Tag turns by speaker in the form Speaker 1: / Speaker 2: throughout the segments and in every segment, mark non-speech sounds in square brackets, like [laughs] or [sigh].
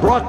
Speaker 1: brought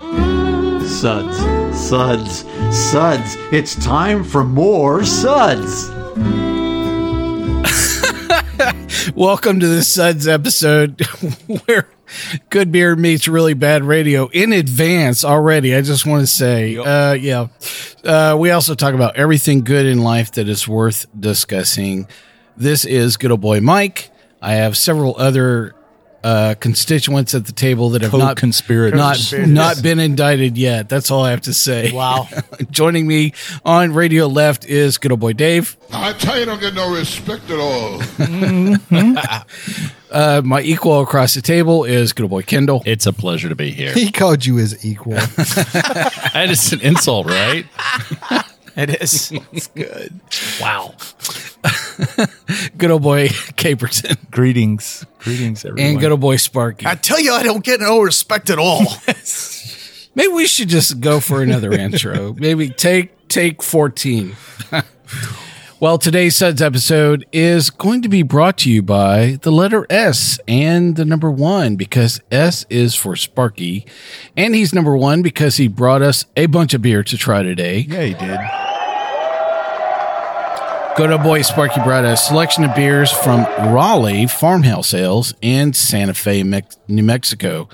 Speaker 1: Suds, suds, suds. It's time for more suds.
Speaker 2: Welcome to the Suds episode [laughs] where good beer meets really bad radio in advance already. I just want to say, uh, yeah. Uh, we also talk about everything good in life that is worth discussing. This is good old boy Mike. I have several other uh, constituents at the table that have not,
Speaker 3: Co-conspirators.
Speaker 2: not, not been indicted yet. That's all I have to say. Wow. [laughs] Joining me on Radio Left is good old boy Dave.
Speaker 4: I tell you, don't get no respect at all.
Speaker 2: Uh, my equal across the table is good old boy Kendall.
Speaker 3: It's a pleasure to be here.
Speaker 5: He called you his equal.
Speaker 3: That is an insult, right?
Speaker 6: It is.
Speaker 3: Wow.
Speaker 2: [laughs] good old boy Caperton
Speaker 6: Greetings. Greetings, everyone.
Speaker 2: and good old boy Sparky.
Speaker 6: I tell you, I don't get no respect at all.
Speaker 2: [laughs] Maybe we should just go for another intro. Maybe take take 14. [laughs] well, today's Suds episode is going to be brought to you by the letter S and the number 1 because S is for Sparky and he's number 1 because he brought us a bunch of beer to try today.
Speaker 6: yeah, he did.
Speaker 2: Good old boy Sparky brought a selection of beers from Raleigh Farmhouse Ales in Santa Fe, Mex- New Mexico.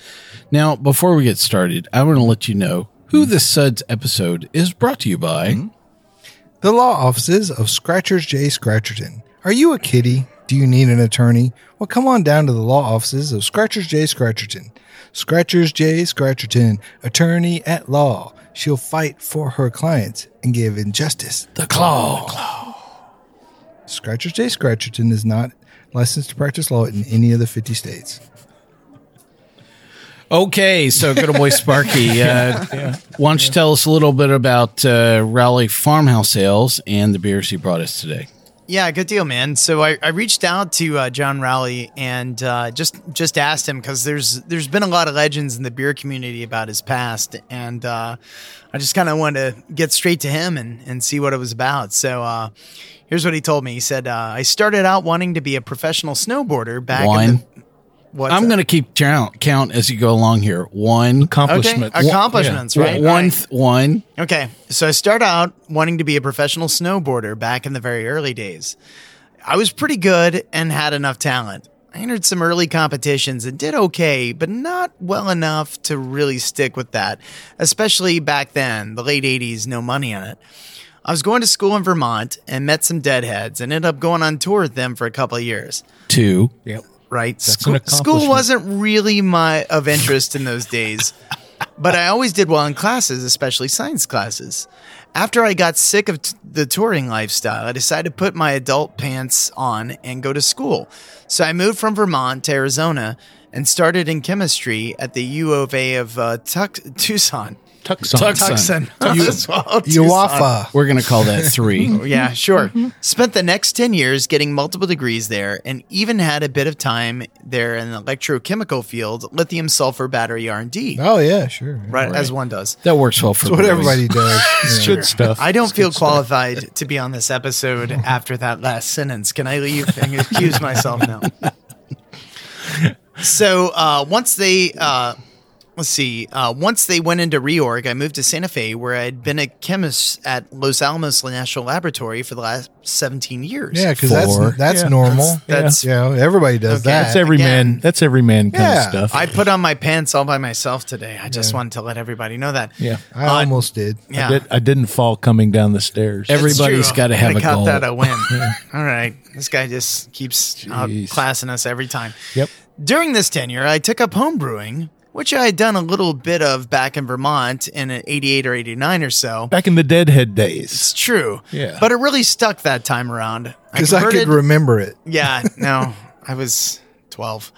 Speaker 2: Now, before we get started, I want to let you know who this Suds episode is brought to you by.
Speaker 5: the law offices of Scratchers J. Scratcherton. Are you a kitty? Do you need an attorney? Well, come on down to the law offices of Scratchers J. Scratcherton. Scratchers J. Scratcherton, attorney at law. She'll fight for her clients and give injustice.
Speaker 2: The Claw.
Speaker 5: Scratchers J. Scratcherton is not licensed to practice law in any of the 50 states.
Speaker 2: Okay, so good old boy Sparky, uh, why don't you tell us a little bit about uh, Raleigh Farmhouse Ales and the beers he brought us today?
Speaker 7: Yeah, good deal, man. So I, I reached out to uh, John Rowley and uh, just just asked him because there's there's been a lot of legends in the beer community about his past, and uh, I just kind of wanted to get straight to him and and see what it was about. So. Uh, Here's what he told me. He said, uh, "I started out wanting to be a professional snowboarder back in
Speaker 2: One.
Speaker 7: the what
Speaker 2: I'm going to keep count, count as you go along here. One.
Speaker 6: Accomplishments.
Speaker 7: Okay. Accomplishments, right?
Speaker 2: One.
Speaker 7: right.
Speaker 2: th- one.
Speaker 7: Okay, so I start out wanting to be a professional snowboarder back in the very early days. I was pretty good and had enough talent. I entered some early competitions and did okay, but not well enough to really stick with that, especially back then, the late 80s, no money on it. I was going to school in Vermont and met some deadheads and ended up going on tour with them for a couple of years
Speaker 2: Two.
Speaker 7: right?
Speaker 6: an
Speaker 7: School, school
Speaker 6: accomplishment.
Speaker 7: wasn't really my of interest in those days, but I always did well in classes, especially science classes. After I got sick of t- the touring lifestyle, I decided to put my adult pants on and go to school. So I moved from Vermont to Arizona and started in chemistry at the U of A of uh, Tuc- Tucson.
Speaker 3: Tucson.
Speaker 7: Tucson. Well, Tucson.
Speaker 5: Uwafa.
Speaker 2: Uh, We're going to call that
Speaker 7: [laughs]
Speaker 2: three.
Speaker 7: Yeah, sure. Spent the next 10 years getting multiple degrees there and even had a bit of time there in the electrochemical field, lithium sulfur battery R&D.
Speaker 5: Oh, yeah, sure.
Speaker 7: Right, as one does.
Speaker 2: That works well for
Speaker 5: That's what
Speaker 2: boys.
Speaker 5: everybody does. Yeah.
Speaker 6: Good stuff.
Speaker 7: I don't feel qualified to be on this episode after that last sentence. Can I leave and accuse myself now? so uh, once they, uh, let's see, uh, once they went into reorg, I moved to Santa Fe where I'd been a chemist at Los Alamos National Laboratory for the last 17 years.
Speaker 5: Yeah, because that's, that's
Speaker 6: Yeah.
Speaker 5: normal.
Speaker 7: That's- that's-
Speaker 5: yeah. everybody does
Speaker 7: Okay.
Speaker 5: that.
Speaker 6: That's every
Speaker 7: Again.
Speaker 6: man. That's every man kind
Speaker 5: Yeah.
Speaker 6: of stuff.
Speaker 7: I put on my pants all by myself today. I just wanted to let everybody know that.
Speaker 6: yeah.
Speaker 5: I
Speaker 7: Uh,
Speaker 5: almost did.
Speaker 7: Yeah.
Speaker 6: Did, I didn't fall coming down the stairs.
Speaker 2: Every-
Speaker 7: It's true.
Speaker 2: everybody's gotta have
Speaker 7: I
Speaker 2: a
Speaker 7: caught
Speaker 2: goal.
Speaker 7: that I win. all right. This guy just keeps
Speaker 6: Jeez.
Speaker 7: outclassing us every time.
Speaker 6: Yep.
Speaker 7: During this tenure, I took up home brewing, which I had done a little bit of back in Vermont in an 88 or 89 or so.
Speaker 6: Back in the deadhead days.
Speaker 7: It's true.
Speaker 6: Yeah.
Speaker 7: But it really stuck that time around.
Speaker 5: Because I could
Speaker 7: converted-
Speaker 5: remember it.
Speaker 7: Yeah, no, I was 12.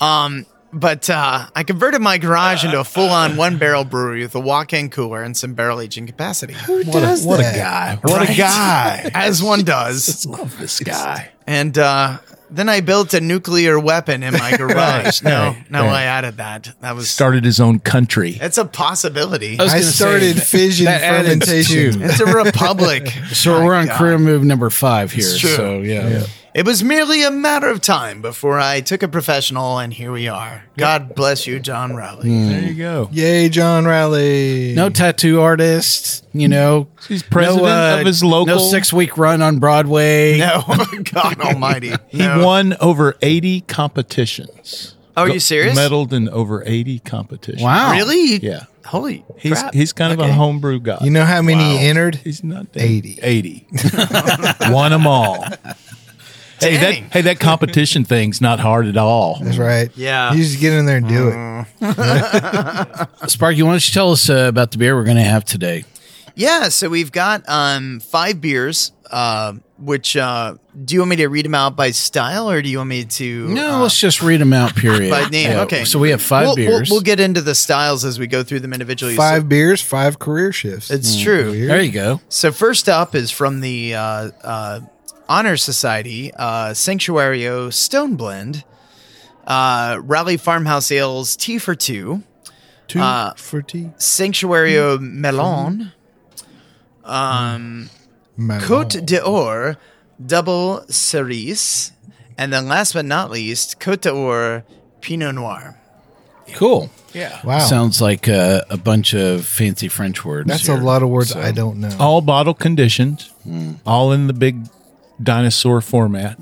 Speaker 7: Um, But uh, I converted my garage into a full-on one-barrel brewery with a walk-in cooler and some barrel aging capacity,
Speaker 5: Who does
Speaker 6: What
Speaker 5: that?
Speaker 6: a guy. What a guy.
Speaker 7: as one does.
Speaker 6: Love this guy.
Speaker 7: And uh, then I built a nuclear weapon in my garage. No, no, I added that. That was
Speaker 6: Started his own country.
Speaker 7: It's a possibility.
Speaker 6: Oh,
Speaker 2: was
Speaker 5: I
Speaker 2: gonna say,
Speaker 5: started fission
Speaker 2: that added
Speaker 5: fermentation.
Speaker 7: It's a republic.
Speaker 2: So we're on
Speaker 7: God.
Speaker 2: career move number five here.
Speaker 7: true.
Speaker 2: So yeah.
Speaker 7: It was merely a matter of time before I took a professional, and here we are. God bless you, John Rowley.
Speaker 6: There you go.
Speaker 5: Yay, John Raleigh.
Speaker 2: No tattoo artist, you know.
Speaker 6: He's president of his local-
Speaker 2: No six week run on Broadway.
Speaker 7: No, [laughs] God Almighty.
Speaker 6: He
Speaker 7: No.
Speaker 6: won over 80 competitions.
Speaker 7: Oh, Are
Speaker 6: Go-
Speaker 7: you serious?
Speaker 6: Medaled in over 80 competitions.
Speaker 2: Wow.
Speaker 7: Really?
Speaker 6: Yeah.
Speaker 7: Holy
Speaker 6: He's
Speaker 7: crap.
Speaker 6: he's kind of
Speaker 7: Okay.
Speaker 6: a homebrew guy.
Speaker 5: You know how many entered?
Speaker 6: he's not
Speaker 5: 80. [laughs]
Speaker 6: 80. Won
Speaker 7: [laughs]
Speaker 6: them all. Hey, that
Speaker 7: Dang.
Speaker 6: hey, that competition thing's not hard at all.
Speaker 5: That's right.
Speaker 7: Yeah.
Speaker 5: You just get in there and do it.
Speaker 2: Sparky, why don't you tell us uh, about the beer we're going to have today?
Speaker 7: Yeah, so we've got um, five beers, uh, which uh, do you want me to read them out by style or do you want me to?
Speaker 2: No,
Speaker 7: uh,
Speaker 2: let's just read them out. Period.
Speaker 7: by name.
Speaker 2: Yeah,
Speaker 7: okay.
Speaker 2: So we have 5
Speaker 7: We'll- we'll-
Speaker 2: beers.
Speaker 7: We'll, get into the styles as we go through them individually. So-
Speaker 5: Five beers, five career shifts.
Speaker 7: it's true.
Speaker 2: there you go.
Speaker 7: So first up is from the uh, uh, Honor Society uh, Sanctuario Stone Blend, uh, Raleigh Farmhouse Ales Tea for Two,
Speaker 5: two
Speaker 7: uh,
Speaker 5: for tea.
Speaker 7: Sanctuario
Speaker 2: Mm-hmm.
Speaker 7: Melon,
Speaker 5: Mm,
Speaker 7: Côte d'Or Double Cerise, and then last but not least, Côte d'Or Pinot Noir.
Speaker 2: Cool.
Speaker 5: Wow.
Speaker 2: Sounds like uh, a bunch of fancy French words.
Speaker 5: That's
Speaker 2: here.
Speaker 5: a lot of words I don't know.
Speaker 6: All bottle conditioned,
Speaker 5: Hmm.
Speaker 6: all in the big dinosaur format.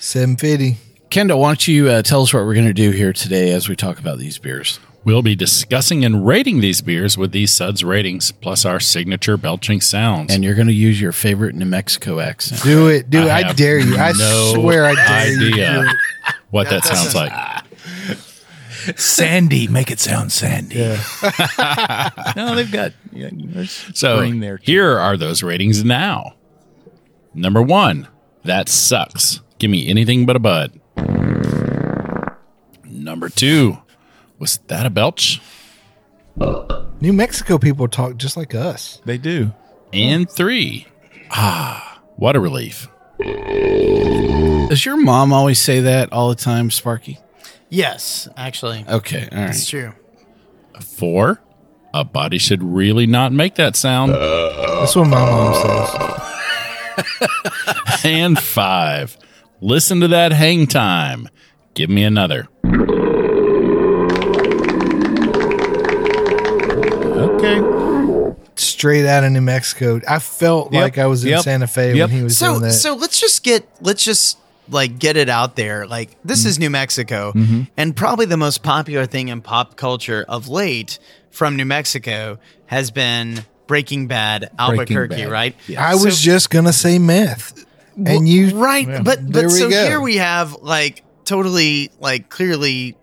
Speaker 5: 750.
Speaker 2: Kendall, why don't you uh, tell us what we're going to do here today as we talk about these beers?
Speaker 3: We'll be discussing and rating these beers with these suds ratings, plus our signature belching sounds.
Speaker 2: And you're going to use your favorite New Mexico accent.
Speaker 5: Do it. Do it. I
Speaker 3: have
Speaker 5: dare you. I
Speaker 3: no
Speaker 5: swear I dare you.
Speaker 3: idea what that sounds like.
Speaker 6: Sandy, make it sound
Speaker 7: [laughs]
Speaker 6: sandy. [laughs] no, they've got yeah, there's
Speaker 3: So
Speaker 6: spring there. too.
Speaker 3: here are those ratings now. Number one, that sucks. Give me anything but a bud. Number two, was that a belch?
Speaker 5: New Mexico people talk just like us.
Speaker 6: they do.
Speaker 3: And three, ah, what a relief.
Speaker 2: Does your mom always say that all the time, Sparky?
Speaker 7: Yes, actually,
Speaker 2: Okay. All
Speaker 7: Uh, it's
Speaker 2: right.
Speaker 7: true.
Speaker 3: Four, a body should really not make that sound.
Speaker 6: Uh.
Speaker 5: That's what my mom says.
Speaker 3: and five, listen to that hang time. Give me another.
Speaker 6: Okay.
Speaker 5: Straight out of New Mexico. I felt
Speaker 6: Yep.
Speaker 5: like I was in
Speaker 6: Yep.
Speaker 5: Santa Fe
Speaker 6: Yep.
Speaker 5: when he was
Speaker 7: So
Speaker 5: doing that.
Speaker 7: so let's just get let's just like get it out there. Like this
Speaker 5: Mm-hmm.
Speaker 7: is New Mexico and probably the most popular thing in pop culture of late from New Mexico has been Breaking Bad Albuquerque,
Speaker 6: Bad.
Speaker 7: right?
Speaker 5: I was
Speaker 7: So-
Speaker 5: just gonna say meth, and you
Speaker 7: right, but
Speaker 5: There
Speaker 7: but
Speaker 5: we
Speaker 7: so
Speaker 5: go.
Speaker 7: here we have like totally like clearly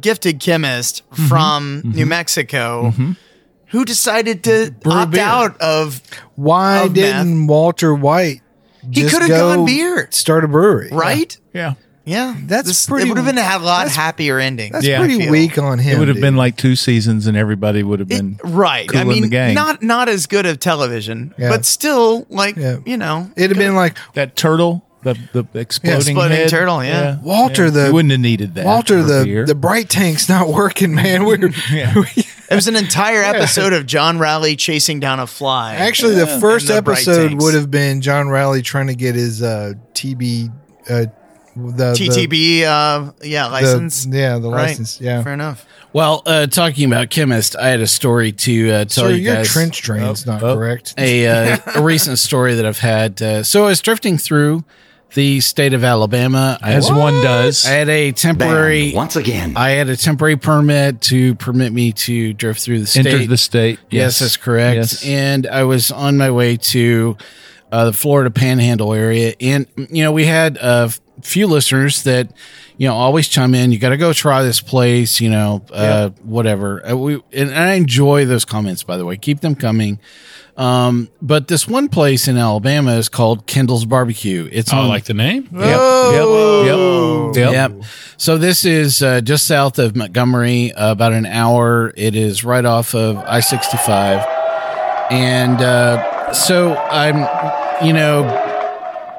Speaker 7: gifted chemist
Speaker 6: Mm-hmm.
Speaker 7: from New Mexico who decided to opt
Speaker 6: beer.
Speaker 7: out of
Speaker 5: Why
Speaker 7: Of
Speaker 5: didn't Walter White?
Speaker 7: He
Speaker 5: just
Speaker 7: coulda
Speaker 5: go
Speaker 7: gone beer.
Speaker 5: Start a brewery,
Speaker 7: right?
Speaker 6: Yeah.
Speaker 7: Yeah,
Speaker 5: That's pretty-
Speaker 7: It would have been a lot happier ending.
Speaker 5: That's
Speaker 6: Yeah.
Speaker 5: pretty
Speaker 7: Feel.
Speaker 5: weak on him.
Speaker 6: It would have
Speaker 5: dude.
Speaker 6: been like two seasons and everybody would have
Speaker 7: It-
Speaker 6: been
Speaker 7: right.
Speaker 6: cool
Speaker 7: I
Speaker 6: in
Speaker 7: mean,
Speaker 6: the game.
Speaker 7: not not as good of television,
Speaker 5: Yeah.
Speaker 7: but still, like
Speaker 5: Yeah.
Speaker 7: you know,
Speaker 5: It'd have been like
Speaker 6: that turtle, the the exploding,
Speaker 7: exploding
Speaker 6: head.
Speaker 7: turtle, yeah.
Speaker 5: Walter the-
Speaker 6: you wouldn't have needed that.
Speaker 5: Walter.
Speaker 6: for
Speaker 5: The
Speaker 6: beer.
Speaker 5: the bright tank's not working,
Speaker 6: [laughs]
Speaker 5: man. We're [laughs]
Speaker 7: it was an entire episode of John Raleigh chasing down a fly.
Speaker 5: actually the first
Speaker 7: And the bright
Speaker 5: episode
Speaker 7: tanks.
Speaker 5: would have been John Rowley trying to get his uh, TB. Uh, the the-
Speaker 7: TTB, uh, yeah,
Speaker 5: the-
Speaker 7: license.
Speaker 5: yeah, the
Speaker 7: Right.
Speaker 5: license. Yeah.
Speaker 7: fair enough.
Speaker 2: Well, uh, talking about chemist, I had a story to uh, tell
Speaker 5: So
Speaker 2: you
Speaker 5: your
Speaker 2: guys.
Speaker 5: trench drain's
Speaker 6: Oh,
Speaker 5: not correct.
Speaker 2: a, uh, a recent story that I've had. Uh, so I was drifting through the state of Alabama. I
Speaker 6: as
Speaker 2: had,
Speaker 6: one does.
Speaker 2: I had a temporary.
Speaker 1: Banned once again.
Speaker 2: I had a temporary permit to permit me to drift through the state.
Speaker 6: Entered the state.
Speaker 2: Yes, that's correct.
Speaker 6: Yes.
Speaker 2: And I was on my way to uh, the Florida Panhandle area, and you know we had a f- few listeners that you know always chime in. You got to go try this place, you know, uh, whatever. Uh, we and I enjoy those comments by the way. Keep them coming. Um, but this one place in Alabama is called Kendall's Barbecue. It's
Speaker 3: Oh, I
Speaker 2: on
Speaker 3: like the name.
Speaker 6: Yep. Yep. Yep.
Speaker 2: Yep. So this is uh, just south of Montgomery, uh, about an hour. It is right off of I 65. And uh, so I'm, you know,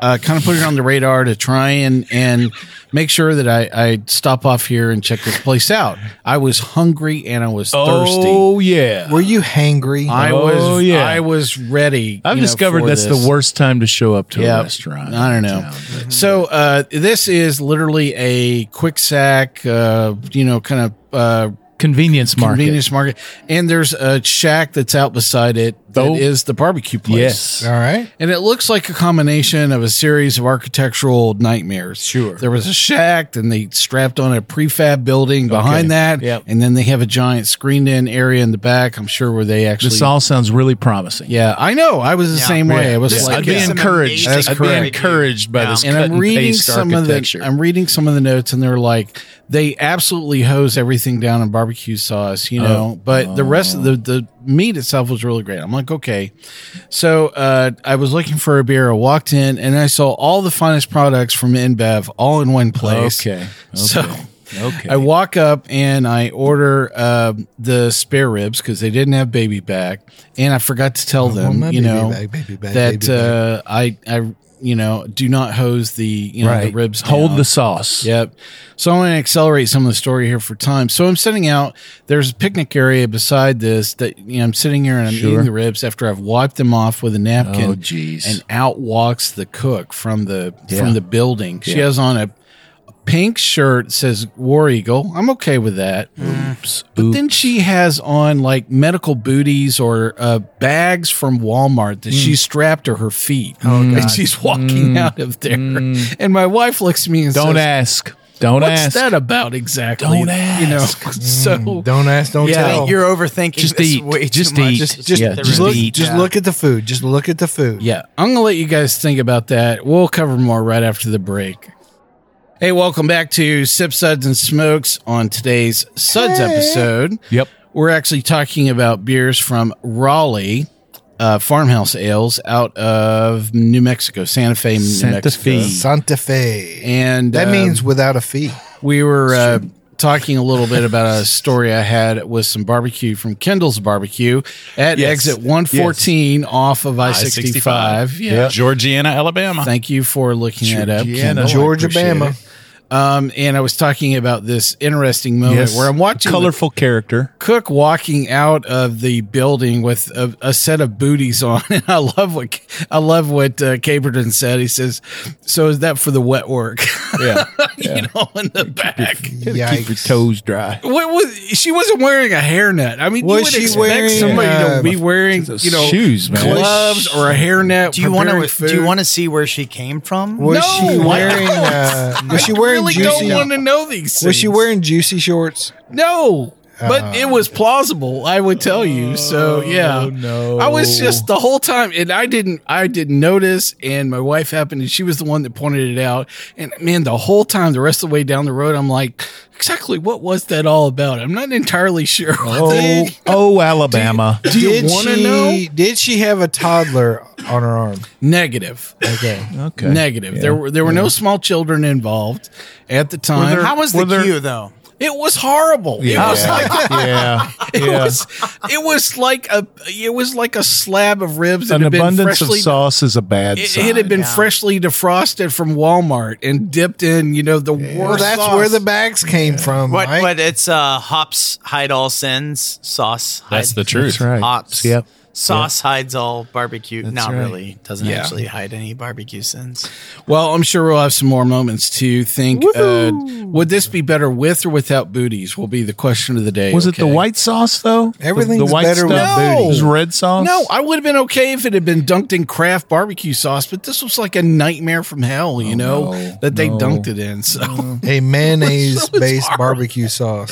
Speaker 2: uh, kind of put it on the radar to try and, and make sure that I, I stop off here and check this place out. I was hungry and I was thirsty.
Speaker 6: Oh yeah.
Speaker 5: Were you hangry?
Speaker 2: I
Speaker 6: Oh,
Speaker 2: was
Speaker 6: yeah.
Speaker 2: I was ready.
Speaker 6: I've
Speaker 2: you know,
Speaker 6: discovered
Speaker 2: for
Speaker 6: that's
Speaker 2: this.
Speaker 6: the worst time to show up to
Speaker 2: Yeah.
Speaker 6: a restaurant.
Speaker 2: I don't know. So uh, this is literally a quick sack, uh, you know, kind of uh,
Speaker 6: Convenience market.
Speaker 2: convenience market, and there's a shack that's out beside it that is
Speaker 6: Oh.
Speaker 2: the barbecue place.
Speaker 6: Yes.
Speaker 5: All right.
Speaker 2: And it looks like a combination of a series of architectural nightmares.
Speaker 6: Sure.
Speaker 2: There was a shack, then they strapped on a prefab building behind that.
Speaker 6: Yep.
Speaker 2: And then they have a giant screened in area in the back, I'm sure, where they actually.
Speaker 6: This all sounds really promising.
Speaker 2: yeah, I know. I was the
Speaker 7: Yeah.
Speaker 2: same way.
Speaker 6: Yeah.
Speaker 2: I was
Speaker 7: This
Speaker 2: like,
Speaker 7: could
Speaker 6: I'd be
Speaker 7: Some
Speaker 6: encouraged.
Speaker 7: amazing
Speaker 6: I'd be
Speaker 2: correct.
Speaker 6: encouraged by
Speaker 7: Yeah.
Speaker 6: this
Speaker 2: and
Speaker 6: cut
Speaker 2: I'm reading
Speaker 6: paste
Speaker 2: some of the
Speaker 6: architecture.
Speaker 2: I'm reading some of the notes and they're like they absolutely hose everything down in barbecue sauce, you
Speaker 6: Oh.
Speaker 2: know, but the rest of the the meat itself was really great. I'm like, okay. So, uh, I was looking for a beer. I walked in and I saw all the finest products from InBev all in one place.
Speaker 6: Okay.
Speaker 2: So
Speaker 6: okay.
Speaker 2: I walk up and I order uh, the spare ribs because they didn't have baby back, and I forgot to tell
Speaker 5: want
Speaker 2: them,
Speaker 5: my
Speaker 2: you
Speaker 5: baby
Speaker 2: know,
Speaker 5: back, baby back,
Speaker 2: that
Speaker 5: baby back.
Speaker 2: Uh, I I you know do not hose the you know the ribs.
Speaker 6: Hold
Speaker 2: down.
Speaker 6: the sauce.
Speaker 2: Yep. So I'm going to accelerate some of the story here for time. So I'm sitting out. There's a picnic area beside this that you know I'm sitting here and I'm eating the ribs after I've wiped them off with a napkin.
Speaker 6: Oh, jeez.
Speaker 2: And out walks the cook from the
Speaker 6: Yeah.
Speaker 2: from the building. She
Speaker 6: Yeah.
Speaker 2: has on a pink shirt that says War Eagle. I'm okay with that. But then she has on like medical booties or uh, bags from Walmart that
Speaker 6: Hmm.
Speaker 2: she strapped to her feet. Oh, And she's walking out of there. And my wife looks at me and
Speaker 6: Hmm. Don't
Speaker 2: says,
Speaker 6: ask. Don't
Speaker 2: What's
Speaker 6: ask.
Speaker 2: that about exactly?
Speaker 6: Don't
Speaker 2: You know,
Speaker 6: ask.
Speaker 2: [laughs] so
Speaker 5: Don't ask, don't
Speaker 2: Yeah,
Speaker 5: tell.
Speaker 7: You're overthinking
Speaker 6: Just
Speaker 7: this
Speaker 6: eat.
Speaker 7: way
Speaker 6: Just
Speaker 7: too much.
Speaker 6: eat.
Speaker 5: just just,
Speaker 6: Yeah,
Speaker 5: just
Speaker 6: just
Speaker 5: look,
Speaker 6: eat.
Speaker 5: just
Speaker 7: Yeah.
Speaker 5: look at the food. Just look at the food.
Speaker 2: Yeah, I'm going to let you guys think about that. We'll cover more right after the break. Hey, welcome back to Sip Suds and Smokes on today's Suds episode.
Speaker 6: Yep.
Speaker 2: We're actually talking about beers from Raleigh, uh, farmhouse ales out of New Mexico, Santa Fe, New
Speaker 6: Santa
Speaker 2: Mexico.
Speaker 6: Fe.
Speaker 5: Santa Fe.
Speaker 2: And
Speaker 5: that
Speaker 2: um,
Speaker 5: means without a fee.
Speaker 2: we were uh, talking a little bit
Speaker 5: [laughs]
Speaker 2: about a story I had with some barbecue from Kendall's Barbecue at
Speaker 6: Yes.
Speaker 2: exit 114 off of I 65. Yeah.
Speaker 3: Georgiana, Alabama.
Speaker 2: Thank you for looking that up.
Speaker 6: Georgiana.
Speaker 2: Kendall.
Speaker 6: I
Speaker 5: Georgia
Speaker 6: appreciate
Speaker 5: Bama.
Speaker 2: Um, and I was talking about this interesting moment where I'm watching the [laughs]
Speaker 6: colorful character.
Speaker 2: cook walking out of the building with a, a set of booties on, [laughs] and I love what I love what uh, Caperton said. He says, "So is that for the wet work?" [laughs]
Speaker 6: Yeah.
Speaker 2: you know, in the back.
Speaker 6: Keep your toes dry.
Speaker 2: What was she wasn't wearing a hairnet? I mean,
Speaker 5: Was
Speaker 2: you would
Speaker 5: she
Speaker 2: expect
Speaker 5: wearing,
Speaker 2: somebody
Speaker 5: uh,
Speaker 2: to be wearing you know
Speaker 6: shoes, man.
Speaker 2: gloves or a hairnet.
Speaker 7: Do you want
Speaker 2: preparing
Speaker 7: to? Do you
Speaker 2: food.
Speaker 7: want to see where she came from?
Speaker 5: Was
Speaker 2: No,
Speaker 5: she
Speaker 2: I
Speaker 5: wearing?
Speaker 2: don't.
Speaker 5: Uh, was she
Speaker 2: I
Speaker 5: wearing
Speaker 2: really
Speaker 5: juicy?
Speaker 2: don't want to know these. Things.
Speaker 5: was she wearing Oh, juicy shorts?
Speaker 2: No, but it was plausible. I would tell you.
Speaker 5: Oh,
Speaker 2: So yeah,
Speaker 6: no.
Speaker 2: I was just the whole time, and I didn't, I didn't notice. And my wife happened, and she was the one that pointed it out. And man, the whole time, the rest of the way down the road, I'm like, exactly what was that all about? I'm not entirely sure.
Speaker 6: Oh, oh, Alabama.
Speaker 2: Do you want to
Speaker 5: she?
Speaker 2: know?
Speaker 5: Did she have a toddler on her arm?
Speaker 2: Negative,
Speaker 5: Okay.
Speaker 6: Okay.
Speaker 2: negative. There were there were no small children involved at the time.
Speaker 7: How was the
Speaker 6: Were there-
Speaker 7: queue though?
Speaker 2: it was horrible. It was [laughs]
Speaker 6: yeah.
Speaker 2: It
Speaker 6: Yeah.
Speaker 2: was it was like a it was like a slab of ribs that
Speaker 6: An
Speaker 2: had been
Speaker 6: abundance of
Speaker 2: freshly
Speaker 6: sauce is a bad
Speaker 2: it,
Speaker 6: sign.
Speaker 2: it had been freshly defrosted from Walmart and dipped in, you know, the
Speaker 5: Well,
Speaker 2: worst.
Speaker 5: that's
Speaker 2: sauce.
Speaker 5: where the bags came from.
Speaker 7: What?
Speaker 5: Mike.
Speaker 7: What? It's uh, hops hide all sins. Sauce. Hide,
Speaker 3: That's the truth.
Speaker 6: That's right.
Speaker 7: Hops.
Speaker 6: Yep.
Speaker 7: Sauce hides all barbecue. Not
Speaker 6: right.
Speaker 7: really. Doesn't actually hide any barbecue sins.
Speaker 2: Well, I'm sure we'll have some more moments to think. Uh, would this be better with or without booties? Will be the question of the day.
Speaker 6: Was it
Speaker 2: okay?
Speaker 6: the white sauce though? The-
Speaker 5: Everything's
Speaker 6: the white
Speaker 5: better with
Speaker 6: stuff?
Speaker 2: booty.
Speaker 6: It was red sauce.
Speaker 2: No, I would have been okay if it had been dunked in craft barbecue sauce, but this was like a nightmare from hell, you know,
Speaker 6: Oh, no,
Speaker 2: that they
Speaker 6: no.
Speaker 2: dunked it in. So
Speaker 5: A mayonnaise-based barbecue sauce.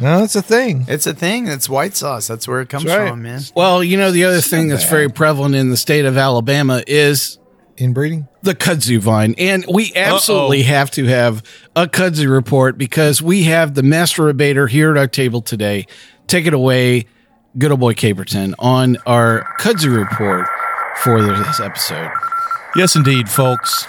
Speaker 5: no, it's a thing.
Speaker 7: It's a thing. It's white sauce. That's where it comes
Speaker 5: right.
Speaker 7: from, man.
Speaker 2: [laughs] Well, you know, the other thing that's very prevalent in the state of Alabama is
Speaker 5: Inbreeding.
Speaker 2: the kudzu vine. And we absolutely have to have a kudzu report because we have the master abater here at our table today. Take it away, good old boy Caperton, on our kudzu report for this episode.
Speaker 6: Yes, indeed, folks.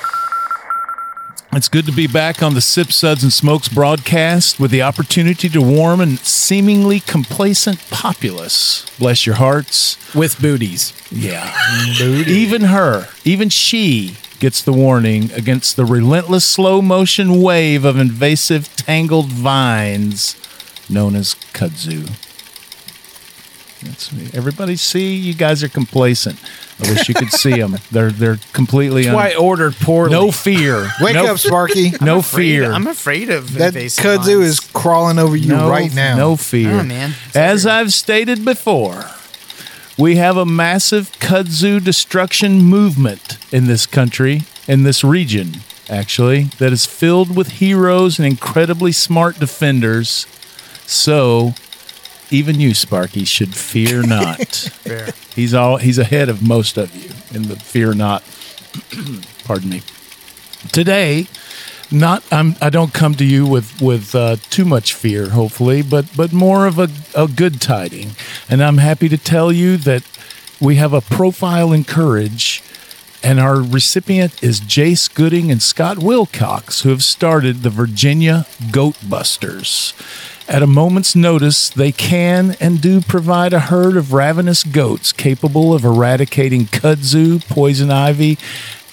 Speaker 6: It's good to be back on the Sip Suds and Smokes broadcast with the opportunity to warm and seemingly complacent populace. Bless your hearts.
Speaker 2: with booties.
Speaker 6: Yeah. Even her, even she gets the warning against the relentless slow motion wave of invasive tangled vines known as kudzu. That's me. Everybody see you guys are complacent. I wish you could see them. They're they're completely
Speaker 2: That's why I ordered poorly.
Speaker 6: no fear.
Speaker 5: Wake
Speaker 6: no,
Speaker 5: up, Sparky.
Speaker 6: No
Speaker 7: Afraid-
Speaker 6: fear.
Speaker 7: I'm afraid of
Speaker 5: that
Speaker 7: invasive
Speaker 5: kudzu
Speaker 7: lines.
Speaker 5: is crawling over you
Speaker 6: no,
Speaker 5: right now.
Speaker 6: No fear.
Speaker 7: Oh, man. It's
Speaker 6: As
Speaker 7: weird.
Speaker 6: I've stated before, we have a massive kudzu destruction movement in this country, in this region, actually, that is filled with heroes and incredibly smart defenders. So even you, Sparky, should
Speaker 7: [laughs]
Speaker 6: fear not.
Speaker 7: Fair.
Speaker 6: he's all he's ahead of most of you in the fear not. [clears throat] Pardon me. Today, not I'm I don't come to you with with uh, too much fear, hopefully, but but more of a, a good tiding, and I'm happy to tell you that we have a profile in courage, and our recipient is Jace Gooding and Scott Wilcox, who have started the Virginia Goat Busters. At a moment's notice, they can and do provide a herd of ravenous goats capable of eradicating kudzu, poison ivy,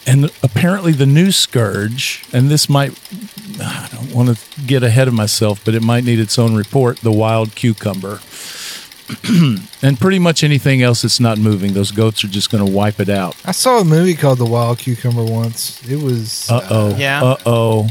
Speaker 6: and apparently the new scourge. And this might I don't want to get ahead of myself, but it might need its own report the wild cucumber. [clears throat] and pretty much anything else that's not moving, those goats are just going to wipe it out.
Speaker 5: I saw a movie called The Wild Cucumber once. It was
Speaker 6: Uh oh.
Speaker 7: Yeah.
Speaker 6: Uh oh.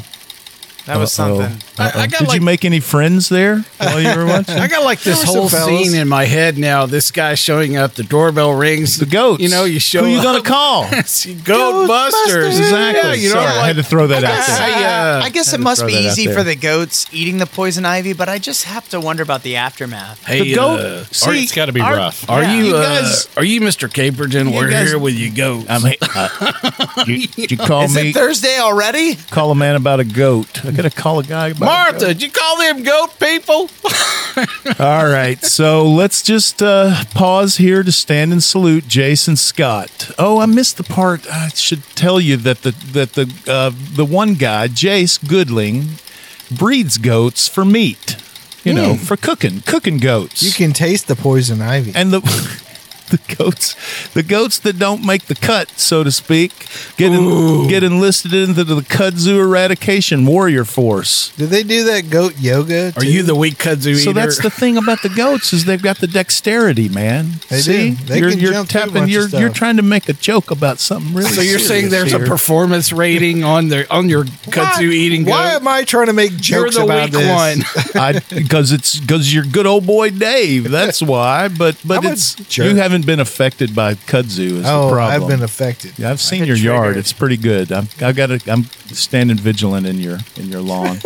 Speaker 7: that was something.
Speaker 2: I, I got
Speaker 6: Did
Speaker 2: like
Speaker 6: you make any friends there while you
Speaker 2: [laughs]
Speaker 6: were watching?
Speaker 2: I got like this
Speaker 5: There were
Speaker 2: whole
Speaker 5: some fellas.
Speaker 2: scene in my head now. This guy showing up, the doorbell rings,
Speaker 6: the goats.
Speaker 2: You know, you show
Speaker 6: Who you
Speaker 2: up.
Speaker 6: going
Speaker 2: [laughs]
Speaker 6: to call?
Speaker 2: Goat, Busters,
Speaker 6: Exactly.
Speaker 2: Yeah, you know,
Speaker 6: Sorry, I had to throw that out there.
Speaker 7: I,
Speaker 2: Yeah.
Speaker 7: uh, I guess it
Speaker 6: to
Speaker 7: must
Speaker 6: throw
Speaker 7: be
Speaker 6: that out
Speaker 7: easy
Speaker 6: there.
Speaker 7: for the goats eating the poison ivy, but I just have to wonder about the aftermath.
Speaker 2: Hey,
Speaker 6: The goat-
Speaker 2: uh,
Speaker 6: See,
Speaker 3: Or it's got to be
Speaker 7: our-
Speaker 3: rough.
Speaker 2: are
Speaker 7: Yeah.
Speaker 2: you,
Speaker 6: You
Speaker 2: uh,
Speaker 6: guys-
Speaker 2: are you Mr. Caperton? We're
Speaker 6: guys-
Speaker 2: here with you goats.
Speaker 6: I'm, uh, you, you call
Speaker 7: Is
Speaker 6: me,
Speaker 7: it Thursday already?
Speaker 6: call a man about a goat. I got to call a guy about a goat.
Speaker 2: Martha, did you call them goat people?
Speaker 6: All right, so let's just uh, pause here to stand and salute Jason Scott. Oh, I missed the part. I should tell you that the that the uh, the one guy, Jace Goodling, breeds goats for meat. You know, for cooking, cooking goats.
Speaker 5: you can taste the poison ivy.
Speaker 6: and the [laughs] the goats the goats that don't make the cut, so to speak, get en- get enlisted into the kudzu eradication warrior force.
Speaker 5: Do they do that goat yoga?
Speaker 2: Are
Speaker 5: too?
Speaker 2: you the weak kudzu eater?
Speaker 6: So that's the thing about the goats is they've got the dexterity, man.
Speaker 5: They
Speaker 6: See,
Speaker 5: do. They
Speaker 6: you're,
Speaker 5: can
Speaker 6: you're
Speaker 5: jump through a
Speaker 6: tapping.
Speaker 5: bunch of
Speaker 6: You're you're
Speaker 5: stuff.
Speaker 6: trying to make a joke about something
Speaker 2: [laughs]
Speaker 6: really.
Speaker 2: So you're
Speaker 6: serious
Speaker 2: saying there's
Speaker 6: here.
Speaker 2: a performance rating on their on your kudzu eating goat?
Speaker 5: Why am I trying to make
Speaker 2: You're
Speaker 5: jokes
Speaker 2: the weak
Speaker 5: about this? [laughs]
Speaker 2: one.
Speaker 6: I because it's because you're good old boy Dave. That's why. But but
Speaker 5: I'm a
Speaker 6: it's
Speaker 5: jerk.
Speaker 6: you haven't been affected by kudzu. Is the
Speaker 5: Oh,
Speaker 6: problem.
Speaker 5: I've been affected.
Speaker 6: Yeah, I've seen your yard. It's pretty good. I'm, I've got. to I'm standing vigilant in your in
Speaker 2: [laughs]
Speaker 6: your lawn.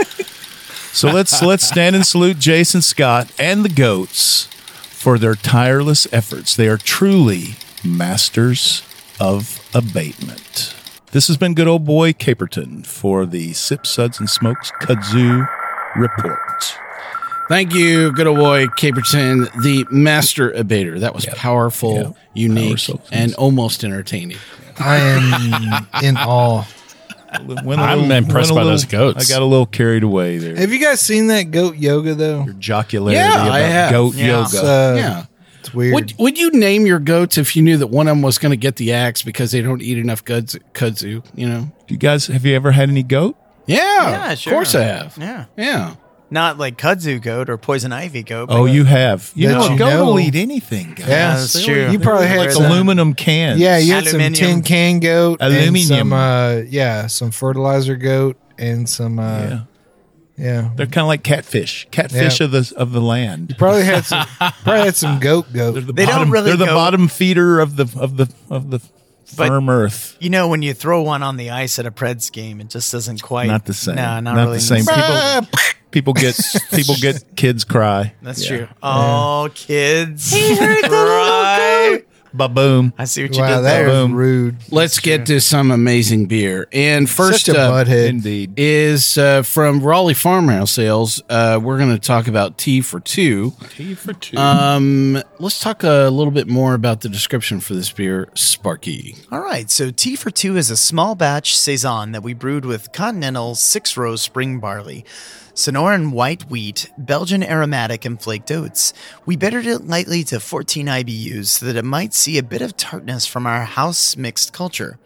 Speaker 6: so let's let's stand and salute Jason Scott and the goats for their tireless efforts. They are truly masters of abatement. This has been good old boy Caperton for the Sip Suds and Smokes Kudzu report.
Speaker 2: [laughs] Thank you, good old boy Caperton, the master abater. That was powerful,
Speaker 6: Yeah.
Speaker 2: unique,
Speaker 6: Powerful.
Speaker 2: and almost entertaining.
Speaker 5: [laughs] I am in awe.
Speaker 6: Went a little-
Speaker 3: I'm
Speaker 6: went a
Speaker 3: impressed by
Speaker 6: little-
Speaker 3: those
Speaker 6: I
Speaker 3: goats.
Speaker 6: got a little carried away there.
Speaker 5: Have you guys seen that goat yoga though?
Speaker 6: Your jocularity
Speaker 2: Yeah,
Speaker 6: about
Speaker 2: I have.
Speaker 6: goat
Speaker 7: Yeah.
Speaker 6: yoga.
Speaker 5: It's, uh,
Speaker 2: yeah.
Speaker 5: it's weird.
Speaker 2: Would Would you name your goats if you knew that one of them was going to get the axe because they don't eat enough kudzu? kudzu you know.
Speaker 6: you guys, have you ever had any goat?
Speaker 2: Yeah.
Speaker 7: Yeah, sure.
Speaker 2: Of course I have.
Speaker 7: Yeah.
Speaker 2: Yeah.
Speaker 7: Not like kudzu goat or poison ivy goat. but-
Speaker 6: Oh, you have. You
Speaker 5: That
Speaker 6: know,
Speaker 5: you
Speaker 6: a goat
Speaker 5: know.
Speaker 6: will eat anything. Guys.
Speaker 5: Yeah,
Speaker 7: that's
Speaker 5: they
Speaker 7: true.
Speaker 5: were- You probably had
Speaker 6: Like
Speaker 5: some-
Speaker 6: aluminum cans.
Speaker 5: yeah, you had some
Speaker 7: Aluminium.
Speaker 5: tin can goat, and
Speaker 6: Aluminium.
Speaker 5: some, uh, yeah, some fertilizer goat, and some uh,
Speaker 6: Yeah.
Speaker 5: yeah.
Speaker 6: They're kind of like catfish. Catfish
Speaker 5: Yeah.
Speaker 6: of the of the land.
Speaker 5: Probably had some, probably had some goat
Speaker 6: They're
Speaker 5: goat.
Speaker 6: the
Speaker 7: They don't
Speaker 6: bottom,
Speaker 7: really
Speaker 6: They're the
Speaker 7: go-
Speaker 6: bottom feeder of the of the of the
Speaker 7: But-
Speaker 6: firm earth.
Speaker 7: You know, when you throw one on the ice at a Preds game, it just doesn't quite.
Speaker 6: Not the same.
Speaker 7: No, not,
Speaker 6: Not
Speaker 7: really
Speaker 6: the same.
Speaker 5: Uh,
Speaker 6: People, people get people get kids cry.
Speaker 7: [laughs] That's true. Oh, kids.
Speaker 3: Ba boom.
Speaker 7: I see what you
Speaker 5: Wow,
Speaker 7: did there.
Speaker 5: that was rude.
Speaker 2: Let's get to some amazing beer. And first
Speaker 5: Such a
Speaker 2: up
Speaker 5: butthead.
Speaker 3: Indeed.
Speaker 2: is uh, from Raleigh Farmhouse Sales. Uh, we're going to talk about tea for two.
Speaker 3: Tea for two.
Speaker 2: Um, let's talk a little bit more about the description for this beer, Sparky.
Speaker 7: All right, so Tea for Two is a small batch Saison that we brewed with continental six row spring barley, Sonoran white wheat, Belgian aromatic, and flaked oats. We bittered it lightly to 14 IBUs so that it might see a bit of tartness from our house mixed culture.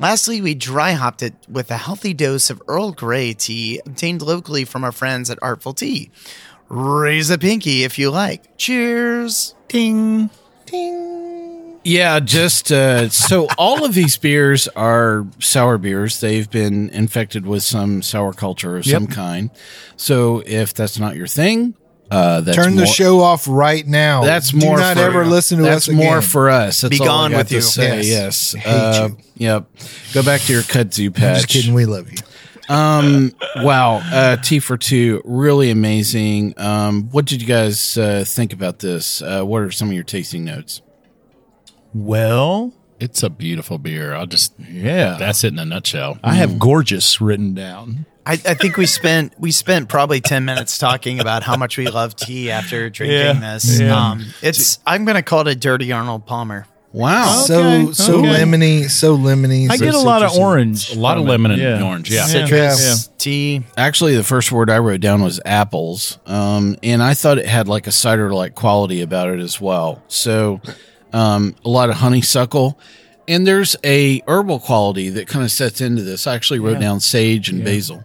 Speaker 7: Lastly, we dry hopped it with a healthy dose of Earl Grey tea obtained locally from our friends at Artful Tea. Raise a pinky if you like. Cheers! Ding!
Speaker 2: Yeah, just uh, so all of these beers are sour beers. They've been infected with some sour culture of some kind. So if that's not your thing, uh, that's
Speaker 5: Turn the
Speaker 2: more-
Speaker 5: show off right now.
Speaker 2: That's
Speaker 5: Do
Speaker 2: more.
Speaker 5: not
Speaker 2: for,
Speaker 5: ever listen to
Speaker 2: that's
Speaker 5: us
Speaker 2: more
Speaker 5: again.
Speaker 2: for us. That's
Speaker 7: Be
Speaker 2: all I
Speaker 7: gone
Speaker 2: got
Speaker 7: with
Speaker 2: to
Speaker 7: you.
Speaker 2: Say. Yes.
Speaker 5: Yes. Hate
Speaker 2: Uh, Yep. Go back to your kudzu patch.
Speaker 5: Just kidding. We love you.
Speaker 2: Um. wow. Uh, T for two. Really amazing. Um. What did you guys uh, think about this? Uh, what are some of your tasting notes?
Speaker 6: Well,
Speaker 3: It's a beautiful beer. I'll just
Speaker 6: yeah.
Speaker 3: that's it in a nutshell.
Speaker 6: I have gorgeous written down.
Speaker 7: I, I think we spent we spent probably ten minutes talking about how much we love tea after drinking
Speaker 6: Yeah,
Speaker 7: this.
Speaker 6: yeah.
Speaker 7: Um, it's I'm gonna call it a dirty Arnold Palmer.
Speaker 2: Wow.
Speaker 5: so so
Speaker 6: okay.
Speaker 5: lemony, so lemony.
Speaker 6: I
Speaker 5: so
Speaker 6: get a lot of
Speaker 5: citrusy.
Speaker 6: orange.
Speaker 3: A lot of
Speaker 6: from it.
Speaker 3: lemon and
Speaker 6: Yeah.
Speaker 3: orange. Yeah.
Speaker 7: Citrus tea.
Speaker 2: Actually, the first word I wrote down was apples. Um. And I thought it had like a cider like quality about it as well. So, um, a lot of honeysuckle. And there's a herbal quality that kind of sets into this. I actually wrote down sage and basil.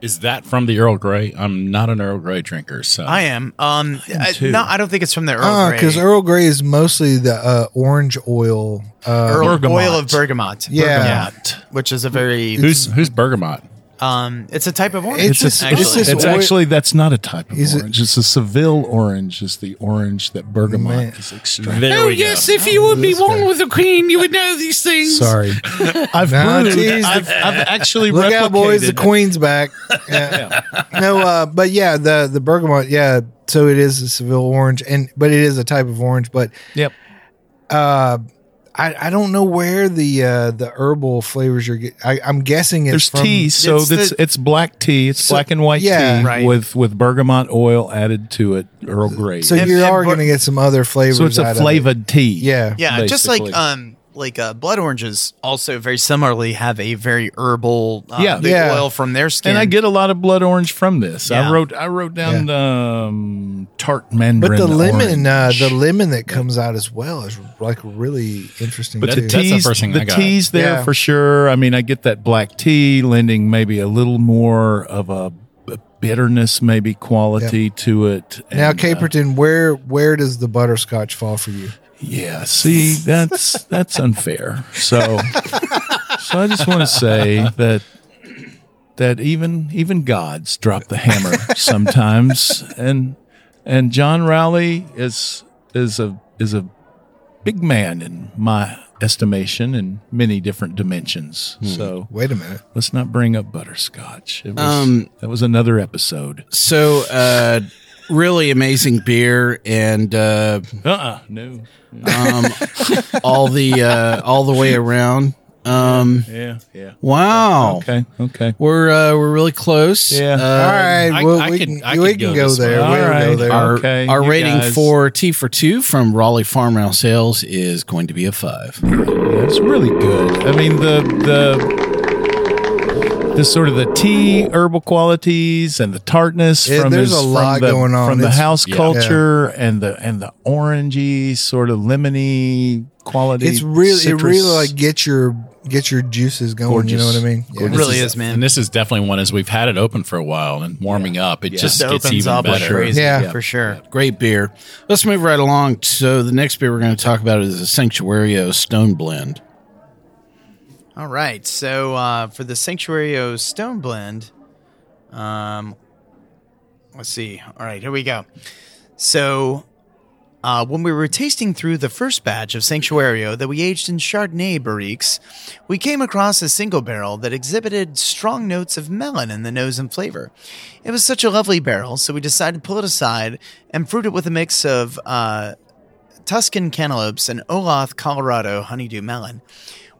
Speaker 3: Is that from the Earl Grey? I'm not an Earl Grey drinker, so
Speaker 7: I am. Um, I
Speaker 6: too.
Speaker 7: no, I don't think it's from the Earl
Speaker 5: Ah,
Speaker 7: Grey.
Speaker 5: because Earl Grey is mostly the uh, orange oil. Uh,
Speaker 7: Earl
Speaker 6: Bergamot.
Speaker 7: oil of bergamot.
Speaker 5: Yeah.
Speaker 7: Bergamot, which is a very
Speaker 3: who's who's bergamot?
Speaker 7: um, it's a type of orange.
Speaker 5: It's
Speaker 6: It's, a,
Speaker 5: Actually.
Speaker 6: it's,
Speaker 5: It's
Speaker 6: it's
Speaker 5: oi-
Speaker 6: actually that's not a type of
Speaker 5: Is it-
Speaker 6: orange. it's a Seville orange. Is the orange that bergamot
Speaker 5: Man. Oh,
Speaker 6: is extracted.
Speaker 3: There we go.
Speaker 2: if you would be
Speaker 5: one
Speaker 2: with the queen, you would know these things.
Speaker 6: Sorry,
Speaker 5: [laughs]
Speaker 6: I've
Speaker 5: Nah,
Speaker 6: brewed-
Speaker 5: geez.
Speaker 6: I've, I've actually
Speaker 5: Look out, boys! The
Speaker 6: replicated-
Speaker 5: queen's back. Yeah. No, uh, but yeah, the the bergamot. Yeah, so it is a Seville orange, and but it is a type of orange. But
Speaker 6: Yep.
Speaker 5: uh, I I don't know where the uh, the herbal flavors you're getting. I'm guessing it's
Speaker 6: There's
Speaker 5: from,
Speaker 6: tea, so
Speaker 7: It's
Speaker 6: it's it's,
Speaker 7: the-
Speaker 6: black tea. It's black and white
Speaker 5: yeah.
Speaker 6: tea
Speaker 7: Right.
Speaker 6: with with bergamot oil added to it, Earl Grey.
Speaker 5: So
Speaker 6: So,
Speaker 7: And-
Speaker 5: you
Speaker 7: and
Speaker 5: are
Speaker 7: ber-
Speaker 5: going to get some other flavors.
Speaker 6: it's a
Speaker 5: out of it.
Speaker 6: flavored tea.
Speaker 5: Yeah.
Speaker 7: yeah, just like
Speaker 6: basically.
Speaker 7: um, like uh, blood oranges. Also, very similarly have a very herbal. Uh,
Speaker 6: Yeah.
Speaker 7: the
Speaker 5: Yeah.
Speaker 7: oil from their skin.
Speaker 6: And I get a lot of blood orange from this.
Speaker 7: Yeah.
Speaker 6: I wrote I wrote down um, tart mandarin.
Speaker 5: But the lemon, uh,
Speaker 6: orange.
Speaker 5: the lemon that comes out as well is like really interesting.
Speaker 6: But
Speaker 5: too.
Speaker 6: the
Speaker 3: that's the
Speaker 6: teas,
Speaker 3: first thing
Speaker 6: the
Speaker 3: I got.
Speaker 6: teas there
Speaker 5: Yeah.
Speaker 6: for sure. I mean, I get that black tea lending maybe a little more of a b- bitterness, maybe quality to it.
Speaker 5: now,
Speaker 6: And, uh,
Speaker 5: Caperton, where where does the butterscotch fall for you?
Speaker 6: yeah, see, that's that's unfair. So, so I just want to say that that even even gods drop the hammer sometimes, and and John Rowley is is a is a big man in my estimation in many different dimensions. So
Speaker 5: Wait a minute.
Speaker 6: let's not bring up butterscotch. It was,
Speaker 2: Um,
Speaker 6: that was another episode.
Speaker 2: So, uh, really amazing beer and uh,
Speaker 6: Uh uh no.
Speaker 2: um, all the uh, all the way around. Um,
Speaker 6: Yeah, yeah.
Speaker 2: wow,
Speaker 6: Okay, okay.
Speaker 2: we're uh, we're really close.
Speaker 6: Yeah.
Speaker 2: Uh,
Speaker 5: All right,
Speaker 3: I-
Speaker 5: well,
Speaker 3: I
Speaker 5: we
Speaker 3: could-
Speaker 5: can,
Speaker 3: I
Speaker 5: we
Speaker 3: could
Speaker 5: can
Speaker 3: go
Speaker 5: go,
Speaker 3: this
Speaker 5: there. We'll
Speaker 6: way. All
Speaker 5: go
Speaker 6: right.
Speaker 5: there.
Speaker 2: Our,
Speaker 6: Okay,
Speaker 2: our
Speaker 6: you
Speaker 2: rating
Speaker 6: guys.
Speaker 2: for T for two from Raleigh Farmhouse Sales is going to be a five.
Speaker 6: It's really good. I mean the the the sort of the tea herbal qualities and the tartness
Speaker 5: Yeah,
Speaker 6: from
Speaker 5: there's
Speaker 6: his-
Speaker 5: a
Speaker 6: from
Speaker 5: lot
Speaker 6: the-
Speaker 5: going on.
Speaker 6: from the
Speaker 5: It's-
Speaker 6: house
Speaker 3: yeah.
Speaker 6: culture and the and the orangey sort of lemony quality.
Speaker 5: It's really
Speaker 6: citrus.
Speaker 5: it really like get your get your juices going. You know what I mean? Yeah.
Speaker 7: it really is, man.
Speaker 3: And this is definitely one as we've had it open for a while and warming up. It just
Speaker 7: just
Speaker 3: gets
Speaker 7: opens
Speaker 3: even
Speaker 7: up like
Speaker 3: better.
Speaker 7: crazy.
Speaker 5: Yeah.
Speaker 7: for sure.
Speaker 2: Great beer. Let's move right along. So the next beer we're going to talk about is a Sanctuario Stone Blend.
Speaker 7: All right. So uh, for the Sanctuario Stone Blend, um, let's see. All right, here we go. So uh, when we were tasting through the first batch of Sanctuario that we aged in Chardonnay barriques, we came across a single barrel that exhibited strong notes of melon in the nose and flavor. It was such a lovely barrel, so we decided to pull it aside and fruit it with a mix of. Uh, Tuscan cantaloupes, and Olaf, Colorado honeydew melon.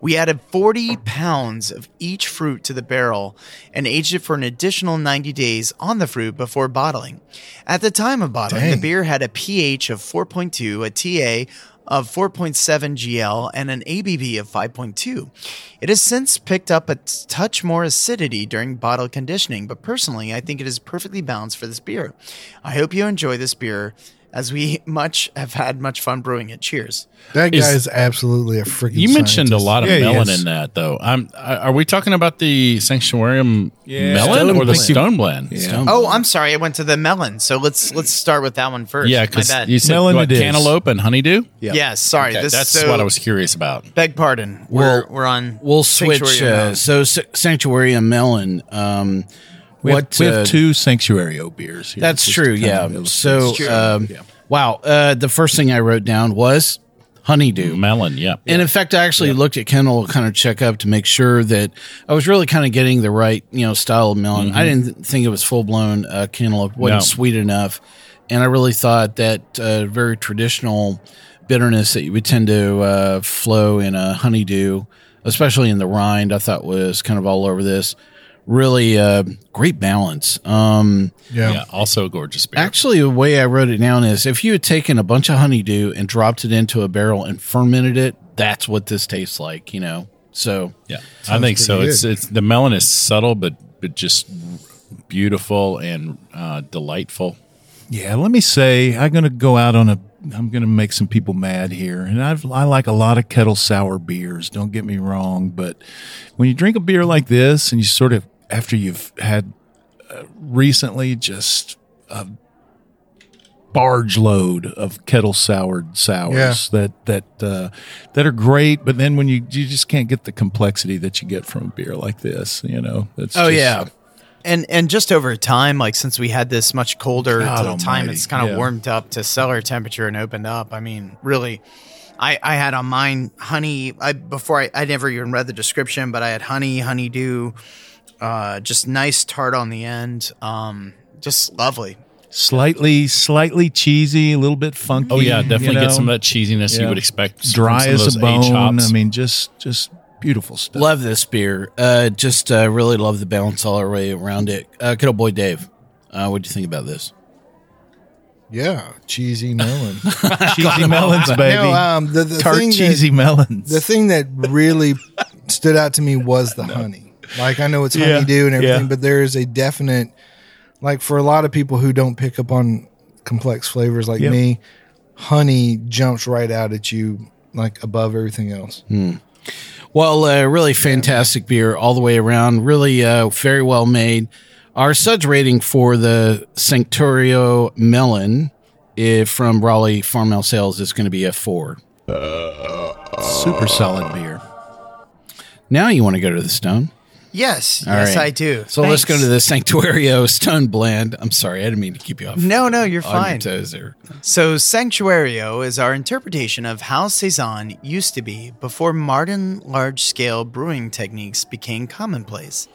Speaker 7: We added 40 pounds of each fruit to the barrel and aged it for an additional 90 days on the fruit before bottling. At the time of bottling, the
Speaker 5: Dang.
Speaker 7: beer had a pH of 4.2, a TA of 4.7 GL, and an ABV of 5.2. It has since picked up a t- touch more acidity during bottle conditioning, but personally, I think it is perfectly balanced for this beer. I hope you enjoy this beer as we [laughs] much have had much fun brewing it. Cheers.
Speaker 5: That guy
Speaker 3: Is-
Speaker 5: is absolutely a freaking.
Speaker 3: You mentioned a
Speaker 5: scientist.
Speaker 3: lot of
Speaker 6: Yeah,
Speaker 3: melon
Speaker 6: yes.
Speaker 3: in that, though. I'm. I- Are we talking about the sanctuarium melon
Speaker 6: Stone
Speaker 3: or the
Speaker 6: blend.
Speaker 3: stone blend?
Speaker 6: Stone-
Speaker 7: Oh, I'm sorry. I went to the melon. So let's let's start with that one first.
Speaker 3: Yeah,
Speaker 7: My
Speaker 3: because
Speaker 7: bad.
Speaker 3: you said
Speaker 6: Melon
Speaker 3: what,
Speaker 6: it is.
Speaker 3: cantaloupe and honeydew.
Speaker 6: Yeah.
Speaker 7: Yes, sorry.
Speaker 3: Okay,
Speaker 7: this,
Speaker 3: that's
Speaker 7: so,
Speaker 3: what I was curious about.
Speaker 7: Beg pardon. We're
Speaker 2: Well,
Speaker 7: we're on.
Speaker 2: We'll switch.
Speaker 7: Sanctuary
Speaker 2: Uh,
Speaker 7: Melon.
Speaker 2: so, S- Sanctuarium Melon. Um,
Speaker 6: we have,
Speaker 2: what
Speaker 6: we have
Speaker 2: uh,
Speaker 6: two Sanctuario beers here.
Speaker 2: That's
Speaker 6: Just
Speaker 2: true.
Speaker 6: to kind
Speaker 2: Yeah.
Speaker 6: of illustrate.
Speaker 2: So,
Speaker 7: It's true.
Speaker 2: um, wow. Uh, the first thing I wrote down was honeydew.
Speaker 3: Melon, yeah.
Speaker 2: And in fact, I actually looked at Kendall to kind of check up to make sure that I was really kind of getting the right, you know, style of melon. I didn't think it was full blown uh, cantaloupe, wasn't
Speaker 3: Mm-hmm. No.
Speaker 2: sweet enough, and I really thought that uh, very traditional bitterness that you would tend to uh, flow in a honeydew, especially in the rind, I thought was kind of all over this. Really uh, great balance. Um,
Speaker 5: Yeah.
Speaker 3: yeah, also a gorgeous beer.
Speaker 2: Actually, the way I wrote it down is if you had taken a bunch of honeydew and dropped it into a barrel and fermented it, that's what this tastes like, you know? So,
Speaker 3: yeah, I think so.
Speaker 5: pretty
Speaker 3: It's it's the melon is subtle, but but just beautiful and uh, delightful.
Speaker 6: Yeah, let me say I'm going to go out on a. I'm going to make some people mad here, and I've, I like a lot of kettle sour beers. Don't get me wrong, but when you drink a beer like this, and you sort of after you've had uh, recently just a barge load of kettle soured sours
Speaker 5: Yeah.
Speaker 6: that that uh, that are great, but then when you you just can't get the complexity that you get from a beer like this, you know. It's
Speaker 2: oh,
Speaker 6: just-
Speaker 2: yeah.
Speaker 7: And and just over time, like since we had this much colder to
Speaker 6: God
Speaker 7: the time,
Speaker 6: almighty,
Speaker 7: it's kind of
Speaker 6: yeah.
Speaker 7: warmed up to cellar temperature and opened up. I mean, really, I I had on mine honey. I before I, I never even read the description, but I had honey, honeydew, uh, just nice tart on the end. Um, just lovely.
Speaker 6: slightly slightly cheesy, a little bit funky.
Speaker 3: Oh yeah, definitely
Speaker 6: you know?
Speaker 3: get some of that cheesiness you
Speaker 6: Yeah.
Speaker 3: would expect.
Speaker 6: dry
Speaker 3: from some of
Speaker 6: as a
Speaker 3: those aged
Speaker 6: bone.
Speaker 3: hops.
Speaker 6: I mean, just just beautiful stuff.
Speaker 2: Love this beer. Uh, just uh, really love the balance all the way around it. Uh, good old boy Dave, uh, what'd you think about this?
Speaker 5: Yeah, cheesy melon.
Speaker 3: [laughs]
Speaker 6: cheesy melons, baby.
Speaker 5: [laughs] No, um, the, the
Speaker 6: Tart
Speaker 5: thing
Speaker 6: cheesy melons.
Speaker 5: That, the thing that really stood out to me was
Speaker 6: [laughs]
Speaker 5: the honey. Like I know it's
Speaker 6: Yeah,
Speaker 5: honeydew and everything,
Speaker 6: yeah.
Speaker 5: but there is a definite like for a lot of people who don't pick up on complex flavors like
Speaker 6: Yep.
Speaker 5: me, honey jumps right out at you like above everything else.
Speaker 2: Well, uh, really fantastic beer all the way around. Really uh, very well made. Our suds rating for the Sanctorio Melon eh, from Raleigh Farmhouse Sales is going to be a four.
Speaker 6: Super solid beer.
Speaker 2: Now you want to go to the stone.
Speaker 7: Yes,
Speaker 2: All
Speaker 7: yes,
Speaker 2: right.
Speaker 7: I do.
Speaker 2: So let's go to the
Speaker 3: [laughs]
Speaker 2: Sanctuario Stone Blend. I'm sorry, I didn't mean to keep you off.
Speaker 7: No, no, you're
Speaker 2: on your
Speaker 7: fine.
Speaker 2: toes there.
Speaker 7: So, Sanctuario is our interpretation of how Cezanne used to be before modern large scale brewing techniques became commonplace.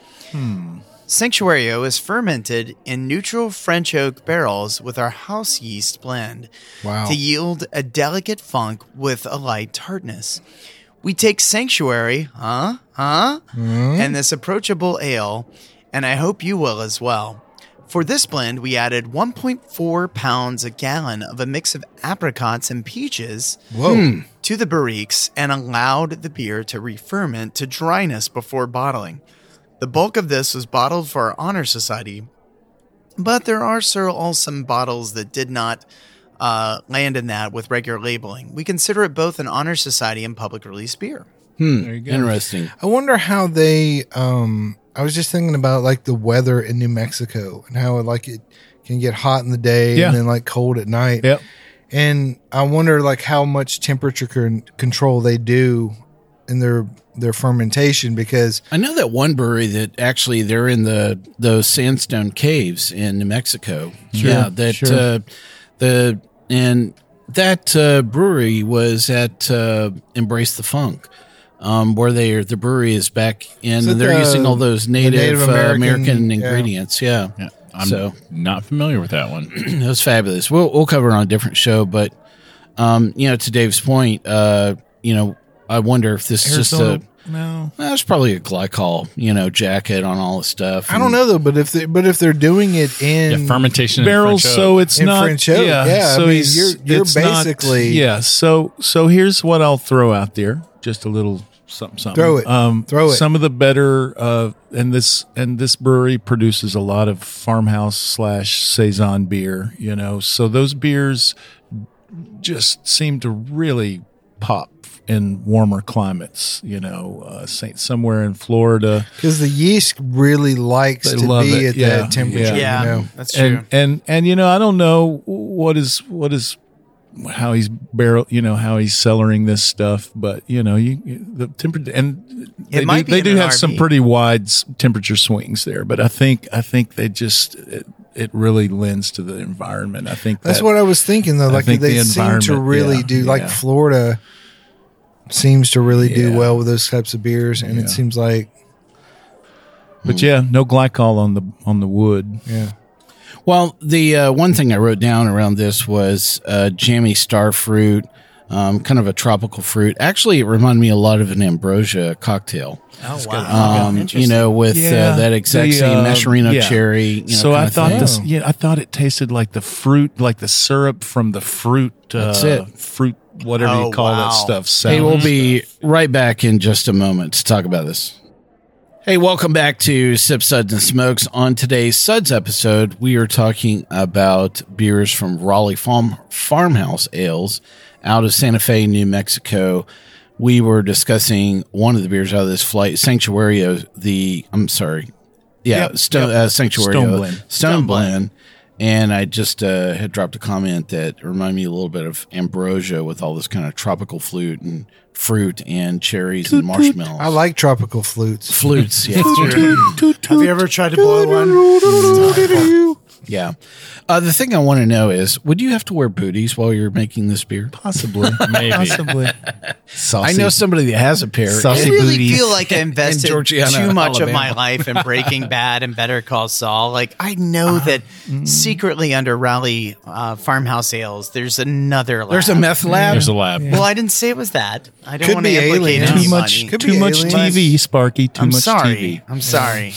Speaker 7: Sanctuario is fermented in neutral French oak barrels with our house yeast blend
Speaker 5: Wow.
Speaker 7: to yield a delicate funk with a light tartness. We take Sanctuary, huh? Huh? And this approachable ale, and I hope you will as well. For this blend, we added 1.4 pounds a gallon of a mix of apricots and peaches
Speaker 5: Whoa.
Speaker 7: to the barriques and allowed the beer to re-ferment to dryness before bottling. The bulk of this was bottled for our honor society, but there are still all some bottles that did not uh, land in that with regular labeling. We consider it both an honor society and public release beer.
Speaker 2: Interesting.
Speaker 5: I wonder how they um I was just thinking about like the weather in New Mexico and how like it can get hot in the day
Speaker 6: Yeah.
Speaker 5: and then like cold at night.
Speaker 6: Yep.
Speaker 5: and I wonder like how much temperature con- control they do in their their fermentation because
Speaker 2: I know that one brewery that actually they're in the those sandstone caves in New Mexico. yeah, that
Speaker 6: sure.
Speaker 2: uh, the and that uh, brewery was at uh, Embrace the Funk. Um, where they are, the brewery is back in,
Speaker 5: Is it
Speaker 2: and they're
Speaker 5: the-
Speaker 2: using all those
Speaker 5: the
Speaker 2: native,
Speaker 5: Native
Speaker 2: American, uh,
Speaker 5: American-
Speaker 2: American
Speaker 5: yeah.
Speaker 2: ingredients. Yeah,
Speaker 3: yeah, I'm
Speaker 2: so
Speaker 3: not familiar with that one.
Speaker 2: It was fabulous. We'll we'll cover it on a different show, but Um, you know, to Dave's point, uh, you know, I wonder if this is
Speaker 6: Arizona.
Speaker 2: just a
Speaker 5: uh,
Speaker 6: No.
Speaker 2: well, it's probably a glycol, you know, jacket on all the stuff.
Speaker 5: I don't know though, but if they, but if they're doing it in
Speaker 3: Yeah, fermentation
Speaker 6: barrels,
Speaker 3: in French
Speaker 6: so
Speaker 3: oak.
Speaker 6: it's
Speaker 5: In
Speaker 6: not
Speaker 5: French oak, yeah, I
Speaker 6: so
Speaker 5: mean,
Speaker 6: he's-
Speaker 5: you're- you're
Speaker 6: it's not-
Speaker 5: basically-
Speaker 6: yeah. So so here's what I'll throw out there: just a little something, something. Um,
Speaker 5: Throw it. Throw it.
Speaker 6: Some of the better, uh, and this and this brewery produces a lot of farmhouse slash saison beer. You know, so those beers just seem to really pop in warmer climates. You know, uh, Saint somewhere in Florida.
Speaker 5: because the yeast really likes
Speaker 6: They
Speaker 5: to
Speaker 6: love
Speaker 5: be
Speaker 6: it,
Speaker 5: at
Speaker 6: yeah,
Speaker 5: that temperature.
Speaker 6: yeah.
Speaker 5: you
Speaker 7: Yeah,
Speaker 5: know?
Speaker 7: that's true.
Speaker 6: and and and you know I don't know what is what is how he's barrel you know how he's cellaring this stuff, but you know you you- the temperature and they
Speaker 7: might be
Speaker 6: do, they
Speaker 7: in
Speaker 6: do
Speaker 7: an
Speaker 6: have some
Speaker 7: RV.
Speaker 6: pretty wide s- temperature swings there, but I think I think they just it, it really lends to the environment. I think
Speaker 5: That's
Speaker 6: that-
Speaker 5: what I was thinking though. Like
Speaker 6: think
Speaker 5: they
Speaker 6: the
Speaker 5: seem to
Speaker 6: environment,
Speaker 5: really
Speaker 6: yeah,
Speaker 5: do. Like
Speaker 6: yeah.
Speaker 5: Florida seems to really do
Speaker 6: Yeah.
Speaker 5: well with those types of beers, and
Speaker 6: Yeah.
Speaker 5: it seems like
Speaker 6: But yeah, no glycol on the on the wood.
Speaker 5: yeah,
Speaker 2: Well, the uh, one thing I wrote down around this was uh, jammy starfruit, um, kind of a tropical fruit. Actually, it reminded me a lot of an ambrosia cocktail.
Speaker 7: oh wow,
Speaker 2: Um, you know, with uh, that exact
Speaker 6: the,
Speaker 2: same
Speaker 6: uh,
Speaker 2: mascherino
Speaker 6: yeah.
Speaker 2: cherry. You know,
Speaker 6: so
Speaker 2: kind
Speaker 6: I
Speaker 2: of
Speaker 6: thought
Speaker 2: thing.
Speaker 6: this. Yeah, I thought it tasted like the fruit, like the syrup from the fruit. Uh,
Speaker 2: That's it.
Speaker 6: Fruit, whatever
Speaker 7: Oh,
Speaker 6: you call
Speaker 7: wow.
Speaker 6: that stuff.
Speaker 2: Hey,
Speaker 6: sour
Speaker 2: we'll
Speaker 6: stuff.
Speaker 2: be right back in just a moment to talk about this. Hey, welcome back to Sip Suds and Smokes. On today's Suds episode, we are talking about beers from Raleigh Farm Farmhouse Ales out of Santa Fe, New Mexico. We were discussing one of the beers out of this flight, Sanctuario. The I'm sorry, yeah,
Speaker 6: Yep,
Speaker 2: Stone
Speaker 6: yep.
Speaker 2: Uh, Sanctuario,
Speaker 6: Stone Blend.
Speaker 2: Stone Blend. And I just uh, had dropped a comment that reminded me a little bit of ambrosia with all this kind of tropical flute and fruit and cherries and marshmallows.
Speaker 5: I like tropical flutes.
Speaker 2: flutes. Yeah, [laughs]
Speaker 7: have you ever tried to boil one?
Speaker 2: yeah. Uh, the thing I want to know is, would you have to wear booties while you're making this beer?
Speaker 6: possibly,
Speaker 3: Maybe.
Speaker 6: possibly.
Speaker 2: I know somebody that has a pair.
Speaker 7: I
Speaker 3: Saucy
Speaker 7: really
Speaker 3: booties.
Speaker 7: feel like I invested
Speaker 2: Georgiana,
Speaker 7: too much of my
Speaker 2: Alabama.
Speaker 7: life in Breaking Bad and Better Call Saul. Like I know that secretly under Raleigh uh, Farmhouse Ales, there's another. Lab.
Speaker 2: There's a meth lab.
Speaker 3: There's a lab.
Speaker 7: Well, I didn't say it was that. I don't
Speaker 5: Could
Speaker 7: want to
Speaker 5: be
Speaker 7: implicate
Speaker 5: aliens.
Speaker 7: anybody.
Speaker 6: Too much,
Speaker 5: Could
Speaker 6: too
Speaker 5: be
Speaker 6: much
Speaker 5: aliens.
Speaker 6: TV, Sparky. Too
Speaker 7: I'm
Speaker 6: much
Speaker 7: sorry.
Speaker 6: TV.
Speaker 7: I'm sorry.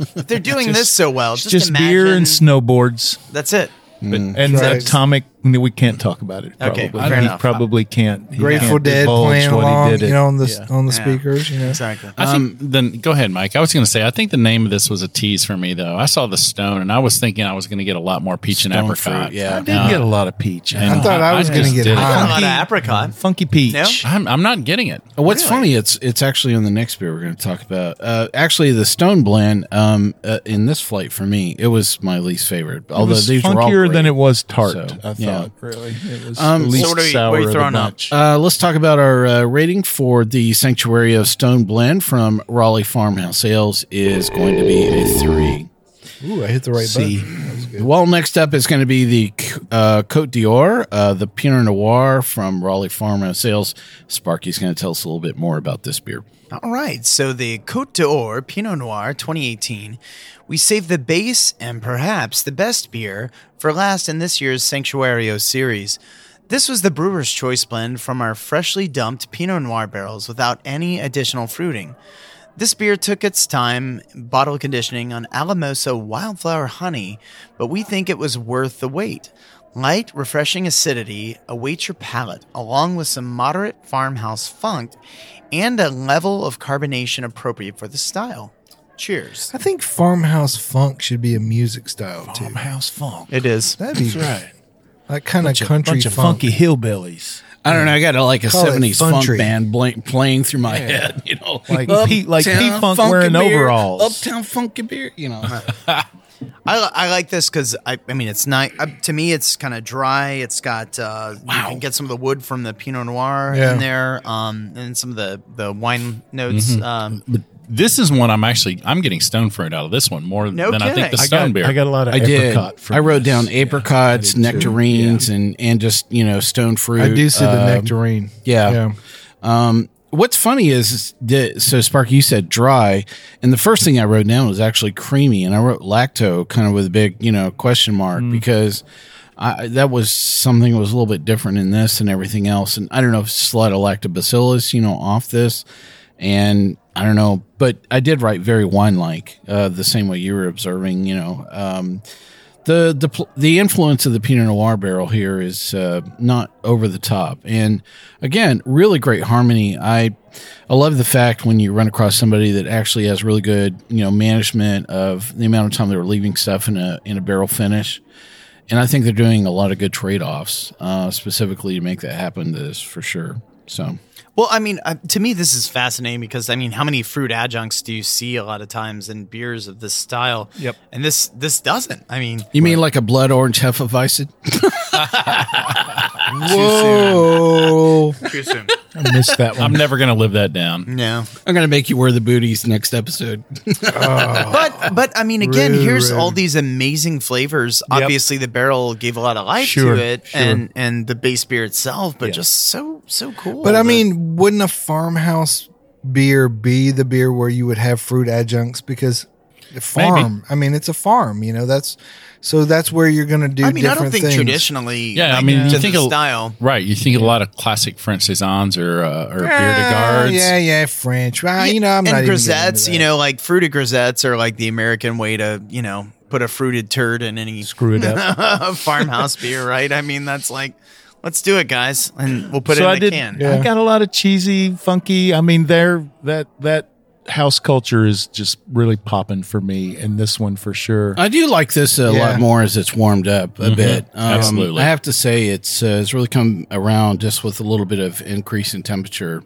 Speaker 7: If they're doing this so well,
Speaker 6: It's
Speaker 7: just,
Speaker 6: just beer and
Speaker 7: imagine-
Speaker 6: snowboards
Speaker 7: That's it.
Speaker 2: Mm.
Speaker 6: and
Speaker 5: Right.
Speaker 6: atomic. no, We can't talk about it.
Speaker 7: Okay,
Speaker 6: Probably.
Speaker 7: fair
Speaker 6: he
Speaker 7: enough.
Speaker 6: probably can't. he
Speaker 5: Grateful
Speaker 6: can't
Speaker 5: Dead
Speaker 6: divulge
Speaker 5: playing
Speaker 6: what he
Speaker 5: along,
Speaker 6: did
Speaker 5: you
Speaker 6: it.
Speaker 5: know, on the
Speaker 6: Yeah.
Speaker 5: on the
Speaker 7: Yeah.
Speaker 5: speakers. You know,
Speaker 7: Exactly.
Speaker 3: I think then go ahead, Mike. I was going to say I think the name of this was a tease for me though. I saw the stone and I was thinking I was going to get a lot more peach and
Speaker 2: Stone
Speaker 3: apricot.
Speaker 2: fruit, yeah.
Speaker 6: I did get a lot of peach.
Speaker 3: And
Speaker 5: I thought I was gonna
Speaker 3: just
Speaker 5: get
Speaker 3: did it.
Speaker 5: high.
Speaker 7: Not a lot of apricot.
Speaker 6: funky peach.
Speaker 7: No?
Speaker 3: I'm, I'm not getting it.
Speaker 2: What's funny, it's it's actually on the next beer we're going to talk about. Uh, actually, the Stone Blend um, uh, in this flight for me, it was my least favorite. Although
Speaker 6: it was
Speaker 2: these were all
Speaker 6: funkier
Speaker 2: great.
Speaker 6: than it was tart.
Speaker 2: So,
Speaker 6: I thought
Speaker 2: yeah.
Speaker 6: really it was
Speaker 2: Um,
Speaker 6: the least
Speaker 7: so what are you-
Speaker 6: sour
Speaker 7: what are you
Speaker 6: of the
Speaker 7: throwing up?
Speaker 6: bunch.
Speaker 2: Uh, let's talk about our uh, rating for the Sanctuary of Stone Blend from Raleigh Farmhouse Ales is going to be a three.
Speaker 5: ooh, I hit the right
Speaker 6: See.
Speaker 5: button. That was good.
Speaker 2: Well, next up is going to be the uh, Cote d'Or, uh, the Pinot Noir from Raleigh Farmhouse Ales. Sparky's going to tell us a little bit more about this beer.
Speaker 7: All right. So the Côte d'Or Pinot Noir 2018. We saved the base and perhaps the best beer for last in this year's Sanctuario series. This was the Brewer's Choice blend from our freshly dumped Pinot Noir barrels without any additional fruiting. This beer took its time bottle conditioning on Alamosa wildflower honey, but we think it was worth the wait. Light, refreshing acidity awaits your palate, along with some moderate farmhouse funk and a level of carbonation appropriate for the style. Cheers.
Speaker 5: I think farmhouse funk should be a music style too.
Speaker 6: Farmhouse funk.
Speaker 7: It is.
Speaker 5: That'd be
Speaker 6: right.
Speaker 5: like kind of
Speaker 6: Bunch
Speaker 5: country
Speaker 6: of
Speaker 5: funk.
Speaker 6: funky hillbillies.
Speaker 2: I don't know. I got a, like a
Speaker 5: Call it
Speaker 2: seventies funk
Speaker 5: funtry.
Speaker 2: band blank, playing through my head. You know,
Speaker 6: Like P- like
Speaker 2: Uptown
Speaker 6: P-Funk
Speaker 2: funky
Speaker 6: wearing
Speaker 2: beer,
Speaker 6: overalls. Uh-huh.
Speaker 2: Uptown funky beer. You know,
Speaker 7: I, li- I like this because I, I mean it's nice uh, to me. It's kind of dry. It's got uh, you can get some of the wood from the Pinot Noir
Speaker 5: Yeah.
Speaker 7: in there, um, and some of the the wine notes. Um,
Speaker 3: This is one I'm actually I'm getting stone fruit out of this one more
Speaker 7: No
Speaker 3: than I think
Speaker 7: kidding.
Speaker 3: the
Speaker 7: I
Speaker 3: stone
Speaker 6: got,
Speaker 3: beer.
Speaker 6: I got a lot of
Speaker 2: I did.
Speaker 6: apricot. from
Speaker 2: I wrote
Speaker 6: this.
Speaker 2: down
Speaker 6: Yeah.
Speaker 2: apricots,
Speaker 6: I did too.
Speaker 2: nectarines, and and just you know stone fruit.
Speaker 5: I do see the
Speaker 2: Um,
Speaker 5: nectarine.
Speaker 2: yeah. Um, what's funny is, is the, so Sparky, you said dry, and the first thing I wrote
Speaker 6: Mm.
Speaker 2: down was actually creamy, and I wrote lacto kind of with a big you know question mark because I, that was something that was a little bit different in this and everything else. And I don't know if slight lactobacillus, you know, off this. And I don't know, but I did write very wine like, uh, the same way you were observing, you know. Um, the, the pl- the influence of the Pinot Noir barrel here is uh, not over the top, and again, really great harmony. I I love the fact when you run across somebody that actually has really good you know management of the amount of time they were leaving stuff in a in a barrel finish, and I think they're doing a lot of good trade offs uh, specifically to make that happen. To this for sure. So
Speaker 7: Well, I mean, uh, to me, this is fascinating because I mean, how many fruit adjuncts do you see a lot of times in beers of this style? Yep. And this this doesn't. I mean,
Speaker 2: you mean like a blood orange hefeweizen?
Speaker 6: [laughs]
Speaker 5: Whoa.
Speaker 7: too soon.
Speaker 6: I missed that one.
Speaker 3: I'm never going to live that down.
Speaker 7: no.
Speaker 2: I'm gonna make you wear the booties next episode.
Speaker 7: But but I mean, again, here's all these amazing flavors. Obviously, the barrel gave a lot of life
Speaker 6: Sure,
Speaker 7: to it,
Speaker 6: sure.
Speaker 7: and and the base beer itself. But just so so cool.
Speaker 5: But I
Speaker 7: that-
Speaker 5: mean, wouldn't a farmhouse beer be the beer where you would have fruit adjuncts? Because the farm, I mean, it's a farm, you know, that's so that's where you're going to do
Speaker 7: I mean, I
Speaker 5: different
Speaker 7: don't think
Speaker 5: things.
Speaker 7: traditionally.
Speaker 3: Yeah, I
Speaker 7: like,
Speaker 3: mean, you
Speaker 7: to
Speaker 3: think
Speaker 7: the
Speaker 3: a-
Speaker 7: style.
Speaker 3: Right. You think a lot of classic French saisons or uh, or beer
Speaker 5: Ah,
Speaker 3: de gardes.
Speaker 5: yeah, yeah, French. Well, Uh, you know, I'm
Speaker 7: and
Speaker 5: not even getting into
Speaker 7: grisettes,
Speaker 5: that.
Speaker 7: you know, like fruited grisettes are like the American way to, you know, put a fruited turd in any
Speaker 6: Screw it up.
Speaker 7: [laughs] farmhouse beer, right? I mean, that's like, let's do it, guys, and we'll put it in a
Speaker 6: did-
Speaker 7: can.
Speaker 6: I got a lot of cheesy, funky. I mean, there that that house culture is just really popping for me, and this one for sure.
Speaker 2: I do like this a
Speaker 5: Yeah.
Speaker 2: lot more as it's warmed up a bit. Um,
Speaker 3: Absolutely.
Speaker 2: I have to say it's uh, it's really come around just with a little bit of increase in temperature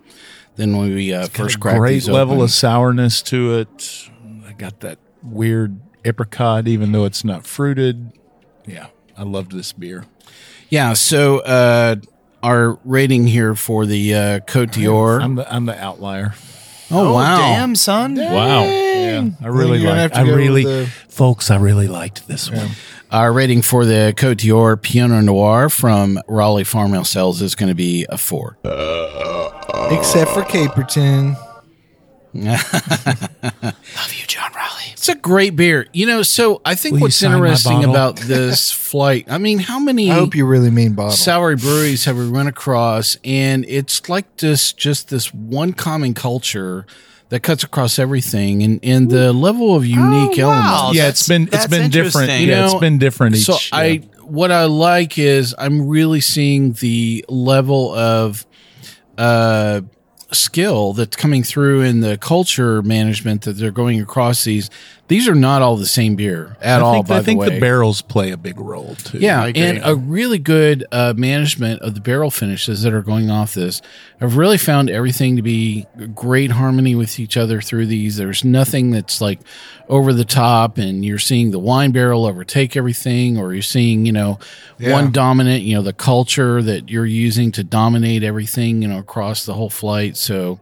Speaker 2: than when we uh, first cracked
Speaker 6: Great
Speaker 2: these
Speaker 6: level
Speaker 2: open.
Speaker 6: of sourness to it. I got that weird apricot, even though it's not fruited. Yeah, I loved this beer.
Speaker 2: yeah. So uh, our rating here for the uh, Cote d'Or.
Speaker 6: I'm the I'm the outlier.
Speaker 2: oh, wow!
Speaker 7: Damn, son.
Speaker 3: Wow.
Speaker 6: Yeah, I really
Speaker 5: you're gonna have
Speaker 6: liked.
Speaker 5: to
Speaker 6: I
Speaker 5: go with
Speaker 6: really,
Speaker 5: the-
Speaker 6: folks, I really liked this one.
Speaker 2: Our rating for the Cote d'Or Pinot Noir from Raleigh Farmhouse Sales is going to be a four.
Speaker 5: except for Caperton.
Speaker 7: Love you, John Raleigh.
Speaker 2: It's a great beer. You know, so I think
Speaker 6: Will you
Speaker 2: what's
Speaker 6: sign my
Speaker 2: interesting
Speaker 6: bottle?
Speaker 2: about
Speaker 6: [laughs]
Speaker 2: this flight, I mean, how many
Speaker 5: I hope you really mean bottle.
Speaker 2: Sour breweries have we run across, and it's like this just this one common culture that cuts across everything, and and the level of unique
Speaker 7: Oh, wow.
Speaker 2: elements.
Speaker 6: yeah,
Speaker 7: that's-
Speaker 6: it's been it's
Speaker 7: that's
Speaker 6: been different.
Speaker 7: interesting.
Speaker 6: Yeah,
Speaker 2: You know,
Speaker 6: it's been different. Each,
Speaker 2: so
Speaker 6: yeah.
Speaker 2: I what I like is I'm really seeing the level of uh, skill that's coming through in the culture management that they're going across these. These are not all the same beer at
Speaker 6: I
Speaker 2: all.
Speaker 6: think,
Speaker 2: by
Speaker 6: I think
Speaker 2: the
Speaker 6: the,
Speaker 2: way,
Speaker 6: barrels play a big role too.
Speaker 2: Yeah, and a really good uh, management of the barrel finishes that are going off this. I've really found everything to be great harmony with each other through these. There's nothing that's like over the top, and you're seeing the wine barrel overtake everything, or you're seeing, you know, one dominant, you know, the culture that you're using to dominate everything, you know, across the whole flight. So,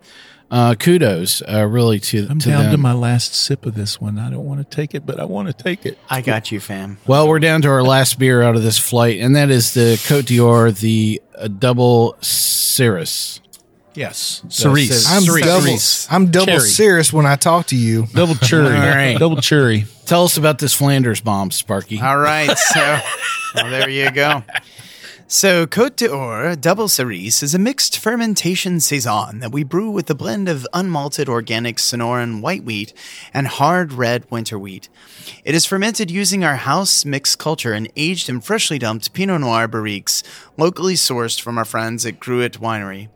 Speaker 2: uh, kudos, uh, really to
Speaker 6: I'm
Speaker 2: to
Speaker 6: down
Speaker 2: them.
Speaker 6: to my last sip of this one. I don't want to take it, but I want to take it.
Speaker 7: I got you, fam.
Speaker 2: Well, we're down to our last beer out of this flight, and that is the Cote d'Or, the uh, double Cirrus.
Speaker 6: Yes,
Speaker 2: Cerise.
Speaker 5: I'm
Speaker 2: Cerise.
Speaker 5: double.
Speaker 2: Cerise.
Speaker 5: I'm double
Speaker 6: Cherry.
Speaker 5: serious when I talk to you.
Speaker 6: double cherry,
Speaker 2: [laughs] right.
Speaker 6: double cherry.
Speaker 2: Tell us about this Flanders bomb, Sparky.
Speaker 7: All right, so well, there you go. So, Côte d'Or Double Cerise is a mixed fermentation saison that we brew with a blend of unmalted organic Sonoran white wheat and hard red winter wheat. It is fermented using our house mixed culture and aged in freshly dumped Pinot Noir barriques, locally sourced from our friends at Gruet Winery.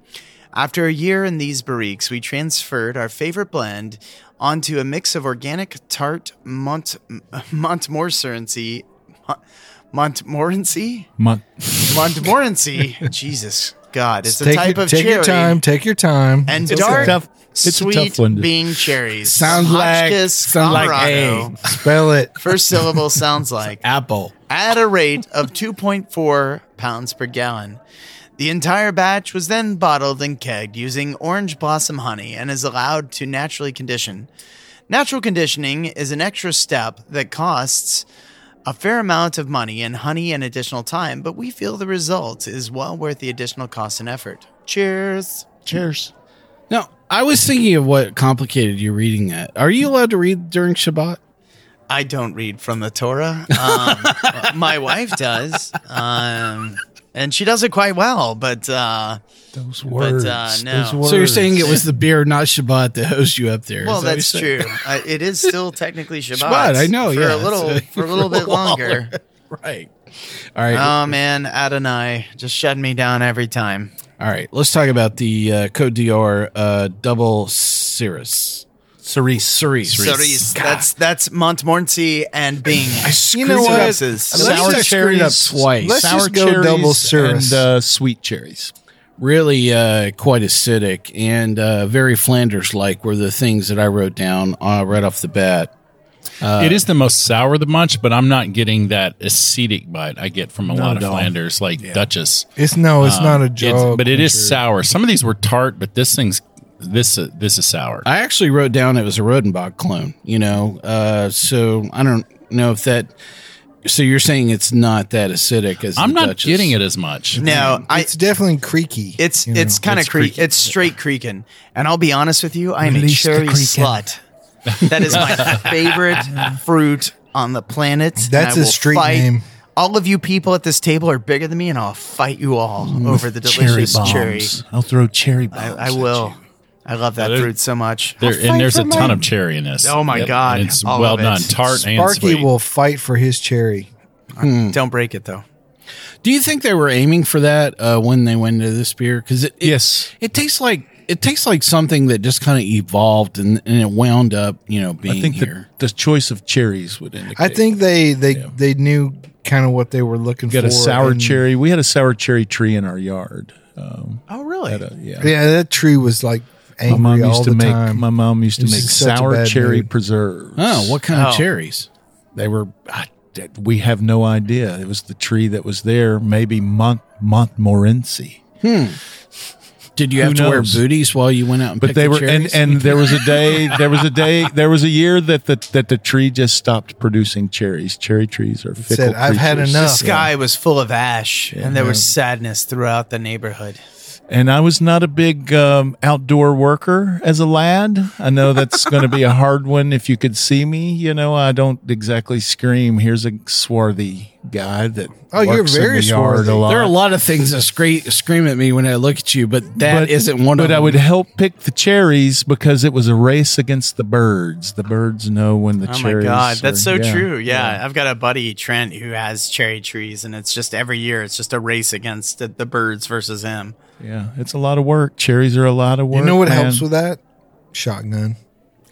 Speaker 7: After a year in these barriques, we transferred our favorite blend onto a mix of organic tart Mont Montmorency Mon- Montmorency
Speaker 6: Mon-
Speaker 7: Montmorency. Jesus God, it's a
Speaker 5: Take
Speaker 7: type
Speaker 5: your,
Speaker 7: of
Speaker 5: take
Speaker 7: cherry
Speaker 5: your time. Take your time.
Speaker 7: and
Speaker 5: It's
Speaker 7: dark
Speaker 5: okay.
Speaker 6: tough- it's a
Speaker 7: sweet
Speaker 6: tough one to-
Speaker 7: bean cherries.
Speaker 2: Sounds like-
Speaker 7: Hotchkiss,
Speaker 2: sounds like
Speaker 7: Colorado.
Speaker 5: Spell it.
Speaker 7: [laughs] First syllable sounds like
Speaker 6: [laughs]
Speaker 2: Apple.
Speaker 7: at a rate of 2.4 pounds per gallon. The entire batch was then bottled and kegged using orange blossom honey and is allowed to naturally condition. Natural conditioning is an extra step that costs a fair amount of money and honey and additional time, but we feel the result is well worth the additional cost and effort. Cheers.
Speaker 6: Cheers.
Speaker 2: Now, I was thinking of what complicated you reading that. Are you allowed to read during Shabbat?
Speaker 7: I don't read from the Torah. Um, my wife does, um, and she does it quite well. But uh,
Speaker 6: Those
Speaker 7: words,
Speaker 6: words.
Speaker 7: no.
Speaker 6: Those words.
Speaker 2: So you're saying it was the beer, not Shabbat, that hosed you up there? Is
Speaker 7: well,
Speaker 2: that what
Speaker 7: that's
Speaker 2: you're saying?
Speaker 7: true. Uh, it is still technically Shabbat.
Speaker 2: Shabbat, I know,
Speaker 7: For
Speaker 2: yeah,
Speaker 7: a little,
Speaker 2: it's, uh,
Speaker 7: for a little bit longer.
Speaker 2: Right. All right.
Speaker 7: Oh man, Adonai just shut me down every time.
Speaker 2: All right. Let's talk about the uh, Code Dior uh, double Cirrus. Cerise. Cerise.
Speaker 7: Cerise. That's that's Montmorency and Bing.
Speaker 5: You know what?
Speaker 7: Cirruses.
Speaker 5: Let's
Speaker 2: Sour
Speaker 5: just
Speaker 2: cherries up
Speaker 5: squeeze-
Speaker 2: twice.
Speaker 5: Let's
Speaker 6: sour
Speaker 5: just go
Speaker 6: cherries
Speaker 5: double syrup.
Speaker 6: and uh, sweet cherries.
Speaker 2: really uh, quite acidic and uh, very Flanders like were the things that I wrote down uh, right off the bat.
Speaker 3: Uh, it is the most sour of the bunch, but I'm not getting that acidic bite I get from a lot of Flanders, like Duchess.
Speaker 5: it's no,
Speaker 6: Uh,
Speaker 5: it's not a
Speaker 3: It's-
Speaker 5: joke.
Speaker 3: but it is
Speaker 5: Richard.
Speaker 3: sour. Some of these were tart, but this thing's this uh, this is sour.
Speaker 2: I actually wrote down it was a Rodenbach clone, you know, uh, so I don't know if that. So you're saying it's not that acidic as
Speaker 3: I'm
Speaker 2: the
Speaker 3: not
Speaker 2: Duchess.
Speaker 3: getting it as much.
Speaker 7: No, I,
Speaker 5: It's definitely creaky.
Speaker 7: It's
Speaker 5: you know.
Speaker 7: it's kind of
Speaker 3: it's
Speaker 7: creak.
Speaker 3: creaky.
Speaker 7: It's straight creaking. And I'll be honest with you, I'm
Speaker 6: Release
Speaker 7: a
Speaker 6: the
Speaker 7: cherry
Speaker 6: creaking.
Speaker 7: slut. That is my favorite fruit on the planet. and
Speaker 5: That's
Speaker 7: I
Speaker 5: his
Speaker 7: will
Speaker 5: street
Speaker 7: fight-
Speaker 5: name.
Speaker 7: All of you people at this table are bigger than me, and I'll fight you all over the delicious cherry.
Speaker 6: I'll throw cherry bombs.
Speaker 7: I, I
Speaker 6: at
Speaker 7: will.
Speaker 6: you.
Speaker 7: I love that
Speaker 3: That is-
Speaker 7: fruit so much.
Speaker 3: There, and there's a ton of cherry in this.
Speaker 7: Oh my
Speaker 3: Yep.
Speaker 7: God,
Speaker 3: And it's
Speaker 7: all
Speaker 3: well
Speaker 7: of it.
Speaker 3: done, tart and
Speaker 5: Sparky
Speaker 3: sweet.
Speaker 5: will fight for his cherry.
Speaker 7: Don't break it though.
Speaker 2: Do you think they were aiming for that uh, when they went into this beer? Because it, it
Speaker 6: Yes.
Speaker 2: it tastes like it tastes like something that just kind of evolved and, and it wound up, you know, being
Speaker 6: I think the,
Speaker 2: here.
Speaker 6: the choice of cherries would indicate.
Speaker 5: I think they they they knew kind of what they were looking
Speaker 6: we got
Speaker 5: for.
Speaker 6: a sour
Speaker 5: and-
Speaker 6: cherry. We had a sour cherry tree in our yard. Um,
Speaker 7: Oh really?
Speaker 6: uh, yeah.
Speaker 5: Yeah, that tree was like
Speaker 6: My
Speaker 5: angry
Speaker 6: mom
Speaker 5: all
Speaker 6: used to
Speaker 5: the
Speaker 6: make
Speaker 5: time.
Speaker 6: my mom used to
Speaker 5: It was
Speaker 6: make
Speaker 5: in such a
Speaker 6: sour
Speaker 5: bad
Speaker 6: cherry
Speaker 5: mood.
Speaker 6: preserves.
Speaker 2: oh, what kind of
Speaker 7: Oh.
Speaker 2: cherries?
Speaker 6: They were. I, that- we have no idea. It was the tree that was there. Maybe Mont Montmorency.
Speaker 2: Did you
Speaker 6: Who
Speaker 2: have to wear
Speaker 6: knows?
Speaker 2: booties while you went out? And
Speaker 6: But
Speaker 2: picked
Speaker 6: they
Speaker 2: the
Speaker 6: were, and,
Speaker 2: cherries?
Speaker 6: and there was
Speaker 2: [laughs]
Speaker 6: a day, there was a day, there was a year that the that the tree just stopped producing cherries. Cherry trees are fickle.
Speaker 5: said, "I've had
Speaker 6: creatures."
Speaker 5: enough."
Speaker 7: The sky was full of ash, and there was sadness throughout the neighborhood.
Speaker 6: And I was not a big um, outdoor worker as a lad. I know that's going to be a hard one if you could see me. You know, I don't exactly scream. Here's a swarthy guy that
Speaker 5: Oh, you're
Speaker 6: works in
Speaker 5: very
Speaker 6: the yard
Speaker 5: swarthy.
Speaker 6: a lot.
Speaker 2: There are a lot of things that scre- scream at me when I look at you, but that not one
Speaker 6: but
Speaker 2: of them.
Speaker 6: I would help pick the cherries because it was a race against the birds. The birds know when the
Speaker 7: Oh my
Speaker 6: cherries.
Speaker 7: god, that's so
Speaker 6: are- yeah.
Speaker 7: true. Yeah. I've got a buddy Trent who has cherry trees, and it's just every year it's just a race against the, the birds versus him.
Speaker 6: Yeah, it's a lot of work. Cherries are a lot of work.
Speaker 5: You know what
Speaker 6: man.
Speaker 5: helps with that? Shotgun.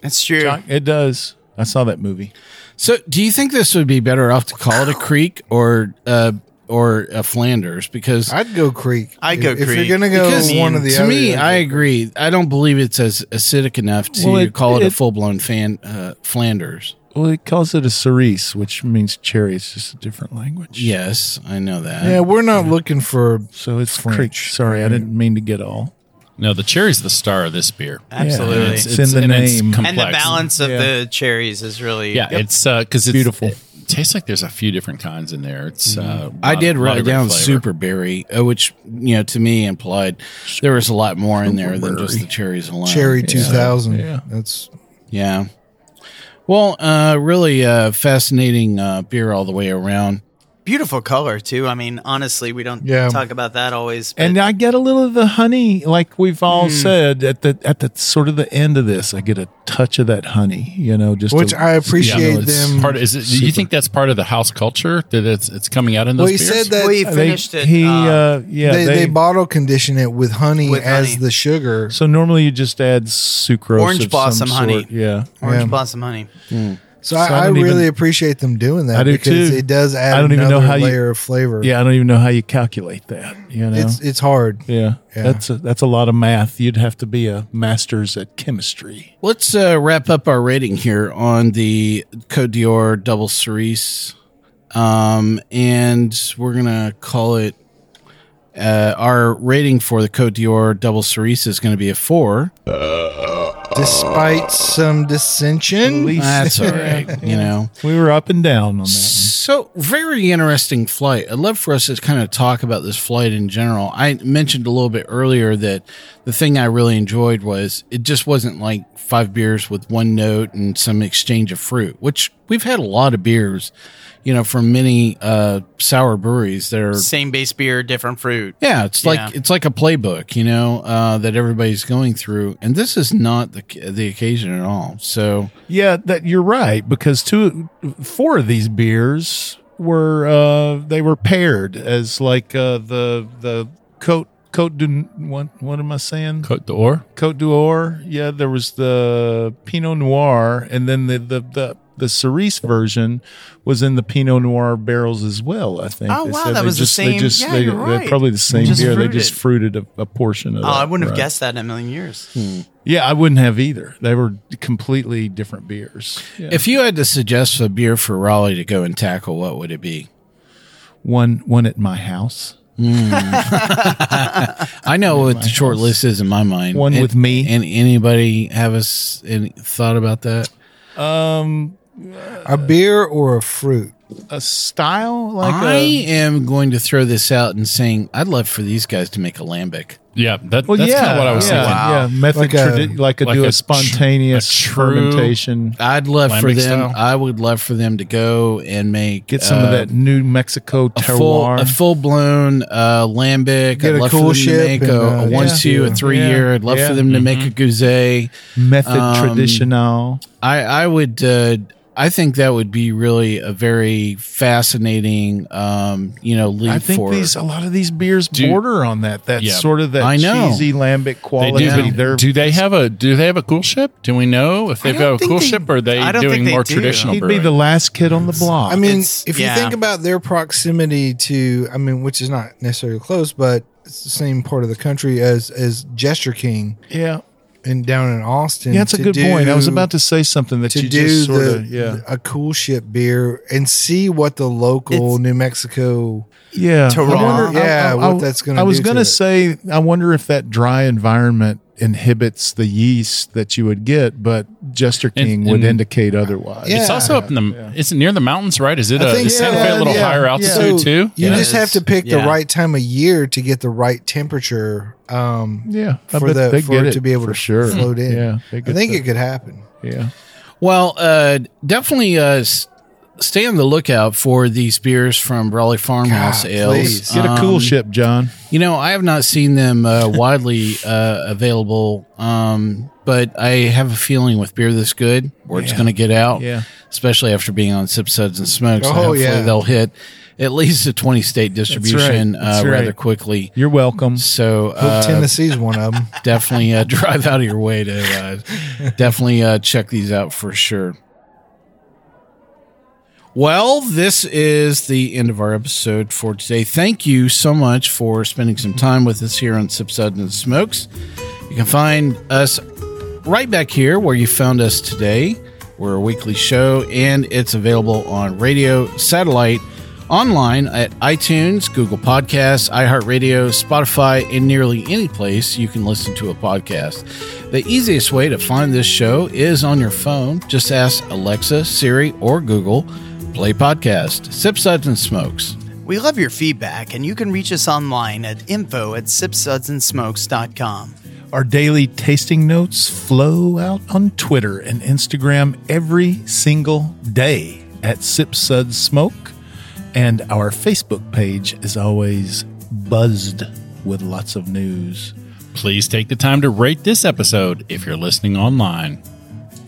Speaker 7: It's true.
Speaker 6: It does. I saw that movie.
Speaker 2: so, do you think this would be better off to call it a creek or uh, or a Flanders? Because
Speaker 5: I'd go creek.
Speaker 7: I'd go
Speaker 5: if, If
Speaker 7: creek.
Speaker 5: you're gonna go
Speaker 2: Because
Speaker 5: one of the
Speaker 2: to
Speaker 5: other,
Speaker 2: me,
Speaker 5: I'd
Speaker 2: I
Speaker 5: go-
Speaker 2: agree. I don't believe it's as acidic enough to
Speaker 6: Well, it-
Speaker 2: call it, a
Speaker 6: it-
Speaker 2: full blown fan uh, Flanders.
Speaker 6: Well, it calls it a cerise, which means cherry. It's just a different language.
Speaker 2: Yes, I know that.
Speaker 5: Yeah, we're not looking for.
Speaker 6: So it's
Speaker 5: French.
Speaker 6: French. Sorry, I didn't mean to get all.
Speaker 3: No, the cherry's the star of this beer.
Speaker 7: Absolutely.
Speaker 6: Yeah,
Speaker 3: It's,
Speaker 6: it's, in the
Speaker 3: and it's
Speaker 6: name.
Speaker 3: complex.
Speaker 7: and the balance of
Speaker 6: Yeah.
Speaker 7: the cherries is really
Speaker 3: Yeah, it's uh 'cause cuz it's
Speaker 6: Beautiful.
Speaker 3: It tastes like there's a few different kinds in there. It's uh
Speaker 2: I
Speaker 3: lot-
Speaker 2: did
Speaker 3: lot
Speaker 2: write
Speaker 3: of
Speaker 2: down
Speaker 3: different flavor.
Speaker 2: superberry, uh, which you know to me implied there was a lot more in there than just the cherries alone.
Speaker 5: Cherry 2000.
Speaker 6: Yeah.
Speaker 5: That's
Speaker 2: yeah. Well, uh, really uh, fascinating uh, beer all the way around.
Speaker 7: beautiful color too. I mean, honestly, we don't
Speaker 5: Yeah.
Speaker 7: talk about that always. But Hmm.
Speaker 6: And I get a little of the honey, like we've all said at the at the sort of the end of this. I get a touch of that honey, you know, just
Speaker 5: which
Speaker 6: a-
Speaker 5: I appreciate
Speaker 6: it's
Speaker 5: them.
Speaker 3: Part of, is it, do you think that's part of the house culture that it's it's coming out in those
Speaker 5: well, he
Speaker 3: beers?
Speaker 5: said that
Speaker 7: we
Speaker 5: they,
Speaker 6: They-
Speaker 7: finished it.
Speaker 6: He,
Speaker 7: uh,
Speaker 6: uh, yeah,
Speaker 5: they, bottle condition it with honey
Speaker 7: With
Speaker 5: as
Speaker 7: honey.
Speaker 5: the sugar.
Speaker 6: So normally you just add sucrose,
Speaker 7: Orange
Speaker 6: of some
Speaker 7: blossom
Speaker 6: sort.
Speaker 7: honey.
Speaker 6: Yeah,
Speaker 7: orange
Speaker 5: yeah.
Speaker 7: blossom honey.
Speaker 5: So I,
Speaker 6: So I
Speaker 5: I
Speaker 6: don't
Speaker 5: really
Speaker 6: even-
Speaker 5: appreciate them doing that
Speaker 6: I do
Speaker 5: because
Speaker 6: too.
Speaker 5: it does add
Speaker 6: I don't even know
Speaker 5: another
Speaker 6: how you-
Speaker 5: layer of flavor.
Speaker 6: yeah. I don't even know how you calculate that. You know,
Speaker 5: It's it's hard.
Speaker 6: yeah,
Speaker 5: Yeah.
Speaker 6: that's a, that's a lot of math. You'd have to be a master's at chemistry.
Speaker 2: Let's uh, wrap up our rating here on the Code Dior Double Cerise. Um, and we're going to call it uh, our rating for the Code Dior Double Cerise is going to be a four.
Speaker 5: Despite some dissension,
Speaker 2: That's all right, you know.
Speaker 6: We were up and down on that.
Speaker 2: So, very interesting flight. I'd love for us to kind of talk about this flight in general. I mentioned a little bit earlier that the thing I really enjoyed was it just wasn't like five beers with one note and some exchange of fruit, which we we've had a lot of beers, you know, from many uh, sour breweries. They're
Speaker 7: Same base beer, different fruit.
Speaker 2: yeah, it's like
Speaker 7: Yeah.
Speaker 2: it's like a playbook, you know, uh, that everybody's going through, and this is not the the occasion at all. So
Speaker 6: Yeah, that you're right because two, four of these beers were uh, they were paired as like uh, the the Cote Cote du what what am I saying
Speaker 3: Cote d'Or.
Speaker 6: Cote d'Or? Yeah, there was the Pinot Noir, and then the the the, the Cerise version was in the Pinot Noir barrels as well. I think.
Speaker 7: Oh,
Speaker 6: They
Speaker 7: wow,
Speaker 6: said
Speaker 7: that
Speaker 6: they
Speaker 7: was the same-
Speaker 6: They just,
Speaker 7: yeah,
Speaker 6: they,
Speaker 7: you're
Speaker 6: they're
Speaker 7: right.
Speaker 6: Probably the same
Speaker 7: Just
Speaker 6: beer. They just fruited a, a portion of.
Speaker 7: Oh,
Speaker 6: that,
Speaker 7: I wouldn't have
Speaker 6: right.
Speaker 7: guessed that in a million years.
Speaker 6: Yeah, I wouldn't have either. They were completely different beers. Yeah.
Speaker 2: If you had to suggest a beer for Raleigh to go and tackle, what would it be?
Speaker 6: one one at my house.
Speaker 2: I know what the short list is in my mind.
Speaker 6: One
Speaker 2: And-
Speaker 6: with me.
Speaker 2: And anybody have us any thought about that?
Speaker 5: A beer or a fruit?
Speaker 6: A style like
Speaker 2: I
Speaker 6: a
Speaker 2: am going to throw this out and saying I'd love for these guys to make a lambic.
Speaker 3: Yeah, that, that's kind of what I was
Speaker 6: yeah,
Speaker 3: thinking.
Speaker 6: Yeah, method
Speaker 5: Like
Speaker 6: like
Speaker 5: a-
Speaker 6: a, like a
Speaker 3: Like
Speaker 6: do
Speaker 3: a
Speaker 6: a
Speaker 3: tr-
Speaker 6: spontaneous
Speaker 3: a true-
Speaker 6: fermentation.
Speaker 2: I'd love for
Speaker 3: Lambic
Speaker 2: them.
Speaker 3: style?
Speaker 2: I would love for them to go and make
Speaker 6: Get some
Speaker 2: uh,
Speaker 6: of that New Mexico
Speaker 2: a full
Speaker 6: terroir.
Speaker 2: a full blown uh, lambic.
Speaker 5: Get
Speaker 2: I'd
Speaker 5: a
Speaker 2: love
Speaker 5: cool
Speaker 2: for them to
Speaker 5: ship
Speaker 2: make
Speaker 5: and,
Speaker 2: a,
Speaker 5: uh,
Speaker 2: a one
Speaker 5: yeah.
Speaker 2: two a
Speaker 5: Yeah.
Speaker 2: three year. I'd love
Speaker 6: Yeah. Mm-hmm.
Speaker 2: for them to make a gouzet.
Speaker 6: method
Speaker 2: um,
Speaker 6: traditional.
Speaker 2: I I would uh, I think that would be really a very fascinating um, you know leap
Speaker 6: I think
Speaker 2: for
Speaker 6: these a lot of these beers border on that. That
Speaker 3: Yeah.
Speaker 6: sort of that
Speaker 2: I know.
Speaker 6: cheesy lambic
Speaker 3: They
Speaker 6: quality.
Speaker 3: do, but
Speaker 6: They're-
Speaker 3: do they have a do they have a cool ship? Do we know if they've
Speaker 7: don't
Speaker 3: got a
Speaker 7: think
Speaker 3: cool
Speaker 7: they-
Speaker 3: ship or are they
Speaker 7: I don't
Speaker 3: doing
Speaker 7: think they
Speaker 3: more
Speaker 7: do.
Speaker 3: traditional
Speaker 6: He'd
Speaker 3: brewing?
Speaker 6: be the last kid on the block.
Speaker 5: I mean,
Speaker 7: It's-
Speaker 5: if
Speaker 7: yeah.
Speaker 5: you think about their proximity to, I mean, which is not necessarily close, but it's the same part of the country as as Gesture King
Speaker 6: yeah,
Speaker 5: and down in Austin.
Speaker 6: yeah, that's a
Speaker 5: to
Speaker 6: good
Speaker 5: do-
Speaker 6: point. I was about to say something that
Speaker 5: to
Speaker 6: you
Speaker 5: do
Speaker 6: just sort
Speaker 5: the,
Speaker 6: of yeah
Speaker 5: a cool ship beer and see what the local
Speaker 7: It's-
Speaker 5: New Mexico.
Speaker 6: Yeah,
Speaker 7: to
Speaker 6: I
Speaker 7: raw.
Speaker 6: wonder-
Speaker 5: Yeah, what that's gonna
Speaker 6: I was
Speaker 5: do
Speaker 6: gonna
Speaker 5: to it.
Speaker 6: say, I wonder if that dry environment inhibits the yeast that you would get, but Jester King would
Speaker 3: and-
Speaker 6: indicate otherwise.
Speaker 5: Yeah.
Speaker 3: It's also up in the. It's near the mountains, right? Is it
Speaker 5: I
Speaker 3: a,
Speaker 5: think-
Speaker 3: is Santa
Speaker 5: yeah,
Speaker 3: Fe a little
Speaker 5: yeah,
Speaker 3: higher
Speaker 5: yeah.
Speaker 3: altitude
Speaker 5: So
Speaker 3: too?
Speaker 5: You
Speaker 7: Yeah.
Speaker 5: just have to
Speaker 7: Yes.
Speaker 5: pick
Speaker 7: Yeah.
Speaker 5: the right time of year to get the right temperature. Um,
Speaker 6: Yeah, I
Speaker 5: for
Speaker 6: bet
Speaker 5: the
Speaker 6: they
Speaker 5: for
Speaker 6: get
Speaker 5: it
Speaker 6: it
Speaker 5: to be able
Speaker 6: for
Speaker 5: to
Speaker 6: sure.
Speaker 5: float in.
Speaker 6: Yeah,
Speaker 5: I
Speaker 6: they get
Speaker 5: think
Speaker 6: the-
Speaker 5: it could happen.
Speaker 6: Yeah,
Speaker 2: Well, uh, definitely uh, s- stay on the lookout for these beers from Raleigh Farmhouse
Speaker 5: God,
Speaker 2: Ales.
Speaker 5: please.
Speaker 6: get a
Speaker 2: Um,
Speaker 6: cool ship, John.
Speaker 2: You know, I have not seen them uh, widely uh, available, um, but I have a feeling with beer this good, where it's going to get out.
Speaker 6: Yeah.
Speaker 2: Especially after being on Sip Suds and Smokes.
Speaker 5: Oh,
Speaker 2: hopefully
Speaker 5: yeah.
Speaker 2: they'll hit at least a 20 state distribution
Speaker 6: That's
Speaker 2: uh,
Speaker 6: right.
Speaker 2: rather quickly.
Speaker 6: You're welcome.
Speaker 2: So
Speaker 5: Hope
Speaker 2: uh,
Speaker 5: Tennessee's one of them.
Speaker 2: definitely uh, [laughs] drive out of your way to uh, definitely uh, check these out for sure. Well, this is the end of our episode for today. Thank you so much for spending some time with us here on Sip Sudden and Smokes. You can find us right back here where you found us today. We're a weekly show and it's available on radio, satellite, online at iTunes, Google Podcasts, iHeartRadio, Spotify, and nearly any place you can listen to a podcast. The easiest way to find this show is on your phone. Just ask Alexa, Siri, or Google, play podcast, sip suds and smokes.
Speaker 7: We love your feedback, and you can reach us online at info at sipsudsandsmokes.com.
Speaker 6: Our daily tasting notes flow out on Twitter and Instagram every single day at Sip Sud Smoke. And our Facebook page is always buzzed with lots of news.
Speaker 3: Please take the time to rate this episode if you're listening online.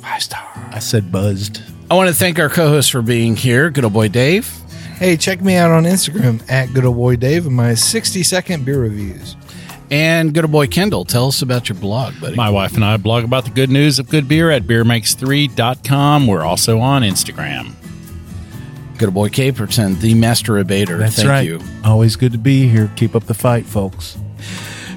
Speaker 6: Five star. I said buzzed.
Speaker 2: I want to thank our co host for being here, good old boy Dave.
Speaker 5: Hey, check me out on Instagram at good old boy Dave and my 60 second beer reviews.
Speaker 2: And good old boy Kendall, tell us about your blog, buddy.
Speaker 3: My wife and I blog about the good news of good beer at beermakes3.com. We're also on Instagram.
Speaker 2: Good old boy Caperton, the master abater. Thank you.
Speaker 6: Always good to be here. Keep up the fight, folks.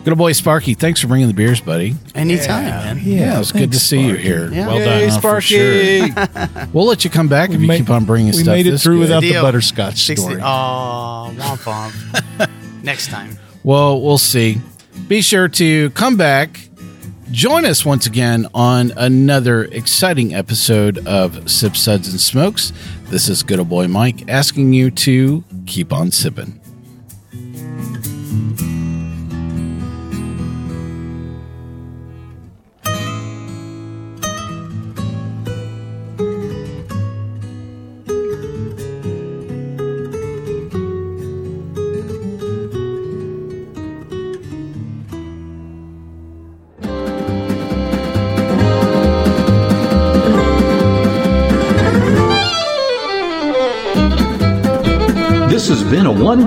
Speaker 2: Good old boy Sparky, thanks for bringing the beers, buddy.
Speaker 7: Anytime, man.
Speaker 2: Yeah, it's good to see you here. Well done.
Speaker 5: Hey,
Speaker 2: uh, for sure.
Speaker 5: Sparky.
Speaker 2: We'll let you come back if you
Speaker 6: made-
Speaker 2: keep on bringing
Speaker 6: we
Speaker 2: stuff.
Speaker 6: made it
Speaker 2: this
Speaker 6: through
Speaker 2: good.
Speaker 6: without- The
Speaker 7: Deal.
Speaker 6: butterscotch story.
Speaker 7: Oh, womp womp. Next time.
Speaker 2: Well, we'll see. Be sure to come back. Join us once again on another exciting episode of Sip Suds and Smokes. This is good old boy Mike asking you to keep on sipping.
Speaker 1: This has been a One